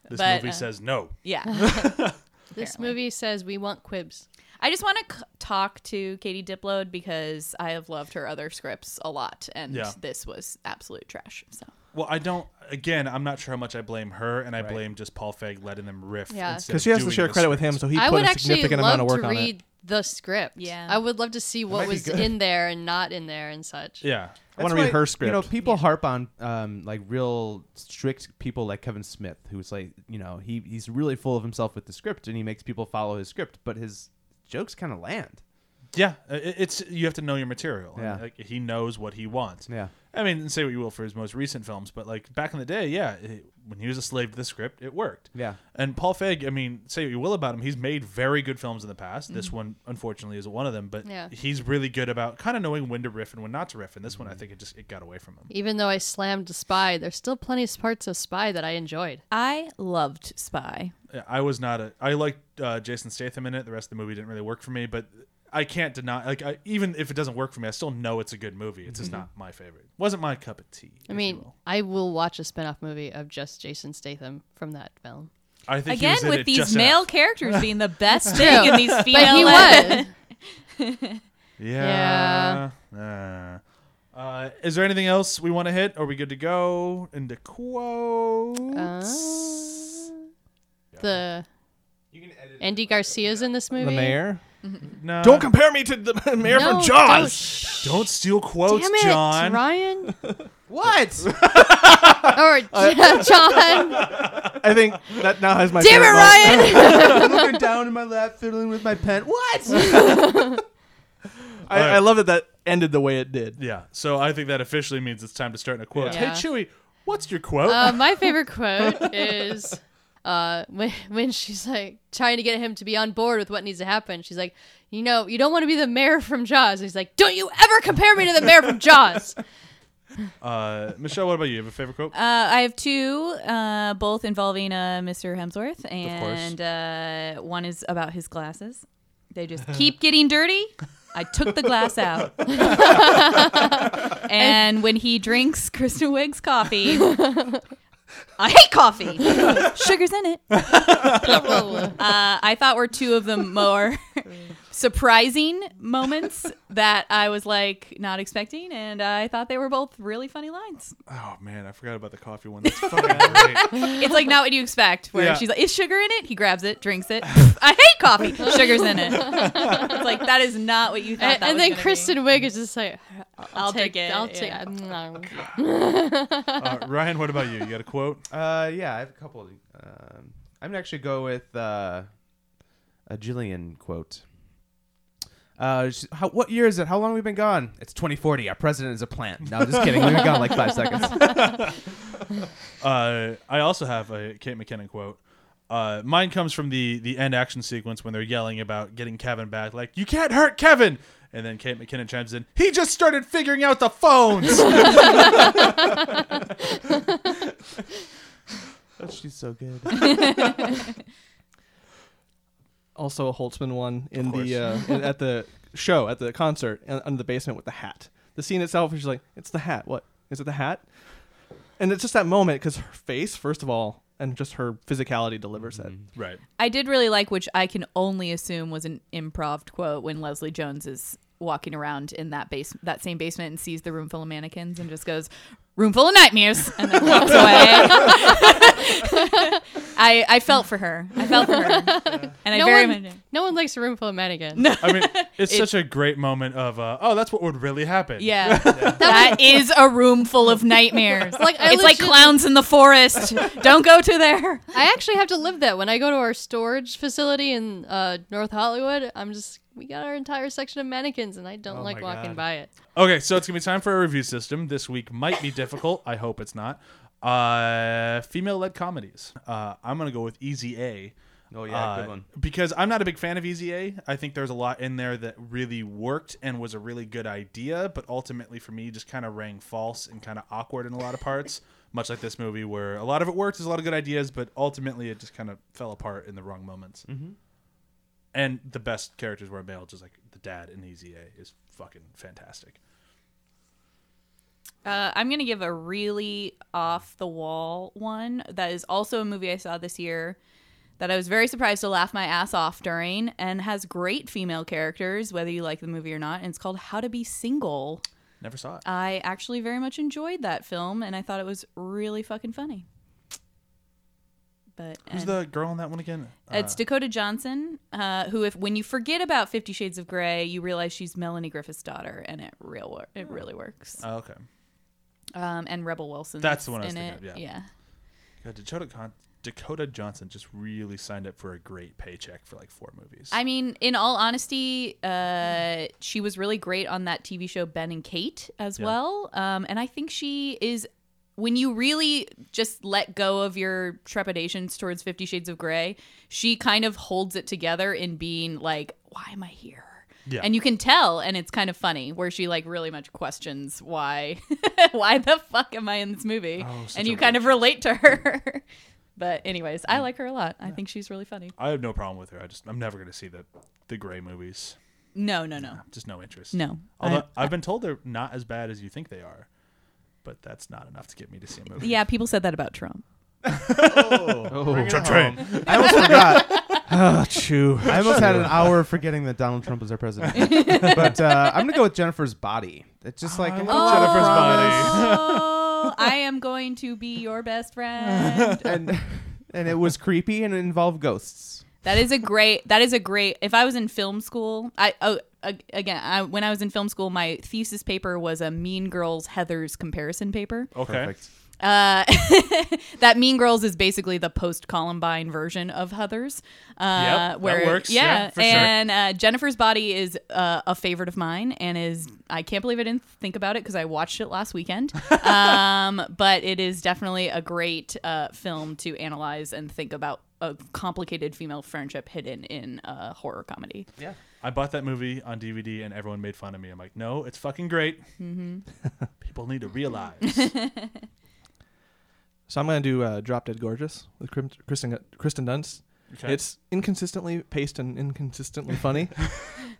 this
but,
movie
uh,
says no.
Yeah.
this
Apparently.
movie says we want quibs.
I just want to c- talk to Katie Dipload because I have loved her other scripts a lot, and
Yeah.
this was absolute trash. So
Well, I don't. Again, I'm not sure how much I blame her, and I blame just Paul Feig letting them riff.
Yeah.
instead
because
of
she has to
doing
share
the
credit with
script.
him, so he
I
put
would
a
actually
significant amount of
love
work
to
on it.
read the script.
Yeah.
I would love to see what
might be
was
good.
in there and not in there and such.
Yeah.
I want
That's
to read
why,
her script.
You know, people harp on um, like real strict people like Kevin Smith, who's like, you know, he he's really full of himself with the script, and he makes people follow his script, but his jokes kind of land.
Yeah, i- i- it's you have to know your material.
Yeah.
And, like, he knows what he wants.
Yeah.
I mean, say what you will for his most recent films, but like back in the day, yeah, it, when he was a slave to the script, it worked.
Yeah.
And Paul Feig, I mean, say what you will about him, he's made very good films in the past. This
Mm-hmm.
one, unfortunately, isn't one of them, but
Yeah.
he's really good about kind of knowing when to riff and when not to riff. And this one, I think it just it got away from him.
Even though I slammed Spy, there's still plenty of parts of Spy that I enjoyed.
I loved Spy.
I was not a. I liked uh, Jason Statham in it. The rest of the movie didn't really work for me, but I can't deny. Like, I, even if it doesn't work for me, I still know it's a good movie. It's just not my favorite. Wasn't my cup of tea. if
I
you
mean,
will.
I will watch a spin off movie of just Jason Statham from that film.
I think he
Again,
was in
with
it
these
just
male
after.
characters being the best thing in these female.
But he was.
Yeah. Uh, uh, is there anything else we want to hit? Are we good to go? Into quotes.
Uh, the
You can edit.
Andy Garcia's in this movie.
The mayor.
no.
Don't compare me to the mayor
No,
from Jaws.
don't.
Don't steal quotes,
Damn it,
John.
Ryan
What?
or John.
I think that now has my.
Damn it,
favorite line.
Ryan.
I'm looking down in my lap, fiddling with my pen. What?
I,
All right.
I love that that ended the way it did.
Yeah. So I think that officially means it's time to start in a quote.
Yeah.
Hey, Chewy, what's your quote?
Uh, my favorite quote is uh, when, when she's like trying to get him to be on board with what needs to happen. She's like, you know, you don't want to be the mayor from Jaws. He's like, don't you ever compare me to the mayor from Jaws.
Uh, Michelle, what about you? You have a favorite quote?
Uh, I have two, uh, both involving uh, Mr. Hemsworth,
course.
and uh, one is about his glasses. They just keep getting dirty. I took the glass out, and when he drinks Kristen Wiig's coffee, I hate coffee. Sugar's in it. Uh, I thought were two of the more surprising moments that I was like not expecting, and I thought they were both really funny lines.
Oh man, I forgot about the coffee one. That's fucking great.
It's like not what you expect. Where
Yeah.
she's like, "Is sugar in it?" He grabs it, drinks it. I hate coffee. Sugar's in it. It's like that is not what you thought.
and
that
and
was
then
gonna be.
Kristen Wiig is just like, I'll,
I'll
take
take it,
I'll take.
yeah.
it.
Uh, Ryan, what about you? You got a quote?
Uh, yeah, I have a couple. Um, I'm gonna actually go with uh, a Jillian quote. Uh, she- how, what year is it? How long have we been gone? It's 2040. Our president is a plant. No, just kidding. We've been gone like five seconds.
Uh, I also have a Kate McKinnon quote. Uh, mine comes from the the end action sequence when they're yelling about getting Kevin back, like you can't hurt Kevin. And then Kate McKinnon chimes in, "He just started figuring out the phones."
She's so good.
Also, a Holtzman one in
course.
the uh, in- at the show at the concert in, under the basement with the hat. The scene itself is just like it's the hat. What is it? The hat. And it's just that moment because her face, first of all, and just her physicality delivers it.
Mm-hmm.
right.
I did really like, which I can only assume was an improv quote when Leslie Jones is walking around in that base, that same basement, and sees the room full of mannequins, and just goes, "Room full of nightmares," and then walks away. I I felt for her. I felt for her, and I
No
very much.
one, no one likes a room full of mannequins. No.
I mean, it's, such a great moment of, uh, "Oh, that's what would really happen."
Yeah, that is a room full of nightmares.
Like, I
it's like
legit-
clowns in the forest. Don't go to there.
I actually have to live that when I go to our storage facility in uh, North Hollywood. I'm just we got our entire section of mannequins, and I don't like
Oh my
walking
God.
by it.
Okay, so it's gonna be time for a review system. This week might be difficult. I hope it's not. Uh, female-led comedies. Uh, I'm gonna go with Easy A.
Oh yeah,
Uh,
good one.
Because I'm not a big fan of Easy A. I think there's a lot in there that really worked and was a really good idea, but ultimately for me just kind of rang false and kind of awkward in a lot of parts. Much like this movie, where a lot of it worked, there's a lot of good ideas, but ultimately it just kind of fell apart in the wrong moments. Mm-hmm. And the best characters were male, just like the dad in Easy A is fucking fantastic.
Uh, I'm gonna give a really off the wall one that is also a movie I saw this year that I was very surprised to laugh my ass off during and has great female characters, whether you like the movie or not. And it's called How to Be Single.
Never saw it.
I actually very much enjoyed that film and I thought it was really fucking funny. But
Who's
and-
the girl in that one again?
It's
Uh,
Dakota Johnson, uh, who, if when you forget about Fifty Shades of Grey, you realize she's Melanie Griffith's daughter, and it real wor- it really works.
oh, okay.
Um, and Rebel Wilson.
That's the one I was
in
thinking
it.
of, yeah. God, Dakota, Con- Dakota Johnson just really signed up for a great paycheck for like four movies.
I mean, in all honesty, uh, she was really great on that TV show Ben and Kate as
Yeah.
well. Um, and I think she is when you really just let go of your trepidations towards Fifty Shades of Grey, she kind of holds it together in being like, "Why am I here?"
Yeah.
And you can tell, and it's kind of funny where she like really much questions why, why the fuck am I in this movie?
Oh, such
and
a
you kind of relate to her. but anyways, I like her a lot. I think she's really funny.
I have no problem with her. I just I'm never going to see the the Gray movies.
No, no, no.
Just no interest.
No.
Although I,
I-
have been told they're not as bad as you think they are, but that's not enough to get me to see a movie.
Yeah, people said that about Trump.
Oh. I almost forgot.
oh, Ah, chew.
I almost had an hour forgetting that Donald Trump was our president. but uh, I'm gonna go with Jennifer's body. It's just like
love
Oh.
Jennifer's body.
Oh, I am going to be your best friend.
and and it was creepy and it involved ghosts.
That is a great. That is a great. If I was in film school, I oh ag- again, I, when I was in film school, my thesis paper was a Mean Girls Heather's comparison paper.
Okay.
Perfect.
Uh, that Mean Girls is basically the post Columbine version of Heather's. Uh,
Yep,
where
that works.
Yeah,
Yeah, for sure.
and uh, Jennifer's Body is uh, a favorite of mine, and is I can't believe I didn't think about it because I watched it last weekend. um, but it is definitely a great uh, film to analyze and think about a complicated female friendship hidden in a horror comedy.
I bought that movie on DVD and everyone made fun of me. I'm like, no, it's fucking great.
Mm-hmm.
People need to realize.
So I'm gonna do uh, Drop Dead Gorgeous with Krim- Kristen Kristen Dunst.
Okay.
It's inconsistently paced and inconsistently funny,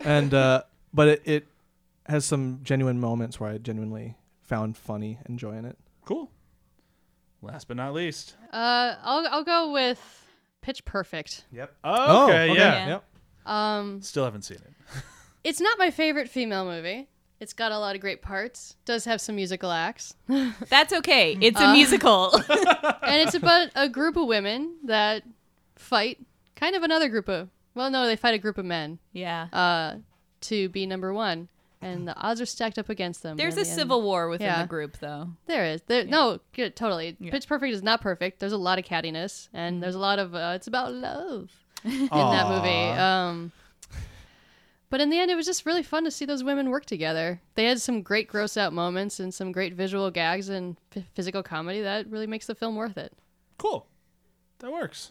and uh, but it, it has some genuine moments where I genuinely found funny and joy in it.
cool. Last but not least.
Uh, I'll I'll go with Pitch Perfect.
Oh, okay, yeah.
okay,
yeah.
Yep.
Um,
Still haven't seen it.
it's not my favorite female movie. It's got a lot of great parts. Does have some musical acts.
That's okay. It's
Uh.
a musical.
and it's about a group of women that fight kind of another group of well no they fight a group of men
yeah.
uh, to be number one and the odds are stacked up against them
There's
but
a
in the end-
civil war within
Yeah.
the group, though.
there is there no good, totally
Yeah. Mm-hmm.
pitch perfect is not perfect there's a lot of cattiness and there's a lot of uh, it's about love in that movie um but in the end, it was just really fun to see those women work together. They had some great gross out moments and some great visual gags and f- physical comedy that really makes the film worth it.
Cool. That works.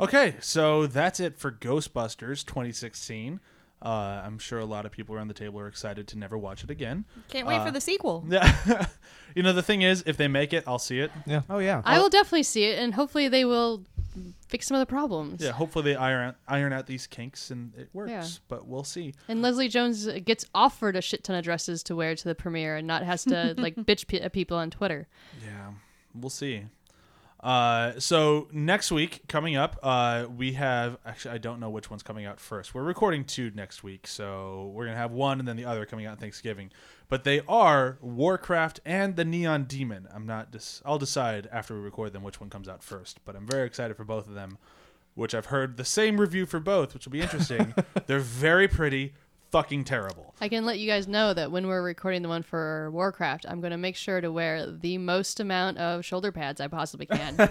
Okay, so that's it for Ghostbusters 2016. Uh, I'm sure a lot of people around the table are excited to never watch it again.
Can't
Uh.
wait for the sequel.
Yeah. you know, the thing is, if they make it, I'll see it.
Oh yeah.
I will definitely see it, and hopefully they will fix some of the problems.
Yeah, hopefully they iron out, iron out these kinks and it works,
Yeah.
but we'll see.
And Leslie Jones gets offered a shit ton of dresses to wear to the premiere, and not has to like bitch pe- at people on Twitter.
Yeah, we'll see. Uh, so next week coming up, uh, we have actually I don't know which one's coming out first. We're recording two next week, so we're gonna have one and then the other coming out on Thanksgiving. But they are Warcraft and the Neon Demon. I'm not. Dis- I'll decide after we record them which one comes out first. But I'm very excited for both of them, which I've heard the same review for both, which will be interesting. They're very pretty, fucking terrible.
I can let you guys know that when we're recording the one for Warcraft, I'm going to make sure to wear the most amount of shoulder pads I possibly can.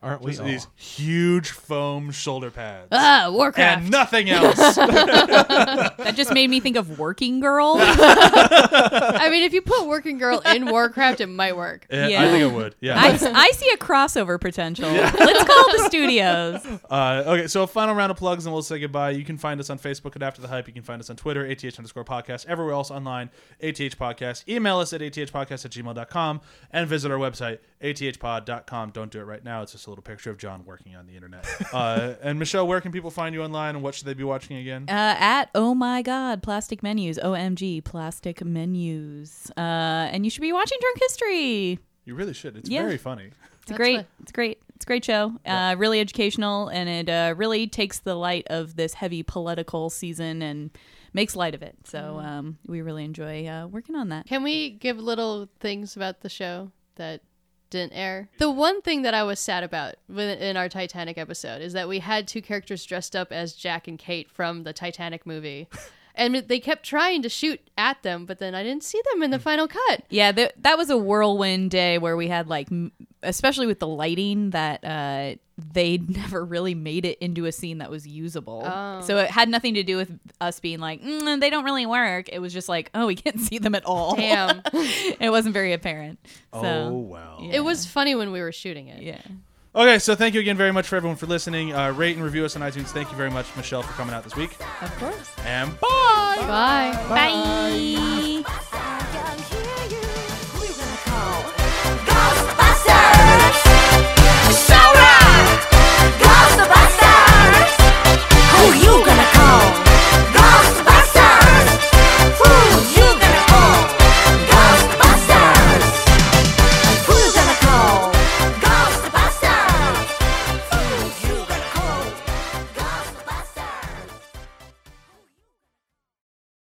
Aren't we
Just
all?
these huge foam shoulder pads.
ah, Warcraft.
and nothing else.
That just made me think of Working Girl.
I mean, if you put Working Girl in Warcraft, it might work.
Yeah, Eh, I
Yeah.
think it would. Yeah.
I, I see a crossover potential. Let's call the studios.
Uh, okay, so a final round of plugs, and we'll say goodbye. You can find us on Facebook at After the Hype. You can find us on Twitter, ATH underscore podcast. Everywhere else online, ATH podcast. Email us at athpodcast at gmail.com and visit our website, athpod.com. Don't do it right now. It's just a little picture of John working on the internet. uh, and Michelle, where can people find you online, and what should they be watching again?
Uh, at Oh My God, Plastic Menus. OMG, Plastic Menus. Uh, and you should be watching Drunk History.
You really should. It's
yeah.
very funny.
It's a
That's
great.
what-
It's great. It's a great show. Uh, really educational, and it uh, really takes the light of this heavy political season and makes light of it. So
Mm.
um, we really enjoy uh, working on that.
Can we give little things about the show that didn't air? The one thing that I was sad about with- in our Titanic episode is that we had two characters dressed up as Jack and Kate from the Titanic movie. And they kept trying to shoot at them, but then I didn't see them in the final cut.
Yeah, th- that was a whirlwind day where we had like m- especially with the lighting that uh, they never really made it into a scene that was usable.
Oh.
So it had nothing to do with us being like, mm, they don't really work. It was just like, oh, we can't see them at all.
Damn.
it wasn't very apparent. So,
oh wow.
yeah.
It was funny when we were shooting it.
yeah.
Okay, so thank you again very much for everyone for listening. Uh, rate and review us on iTunes. Thank you very much, Michelle, for coming out this week.
Of course.
And
Bye.
Bye.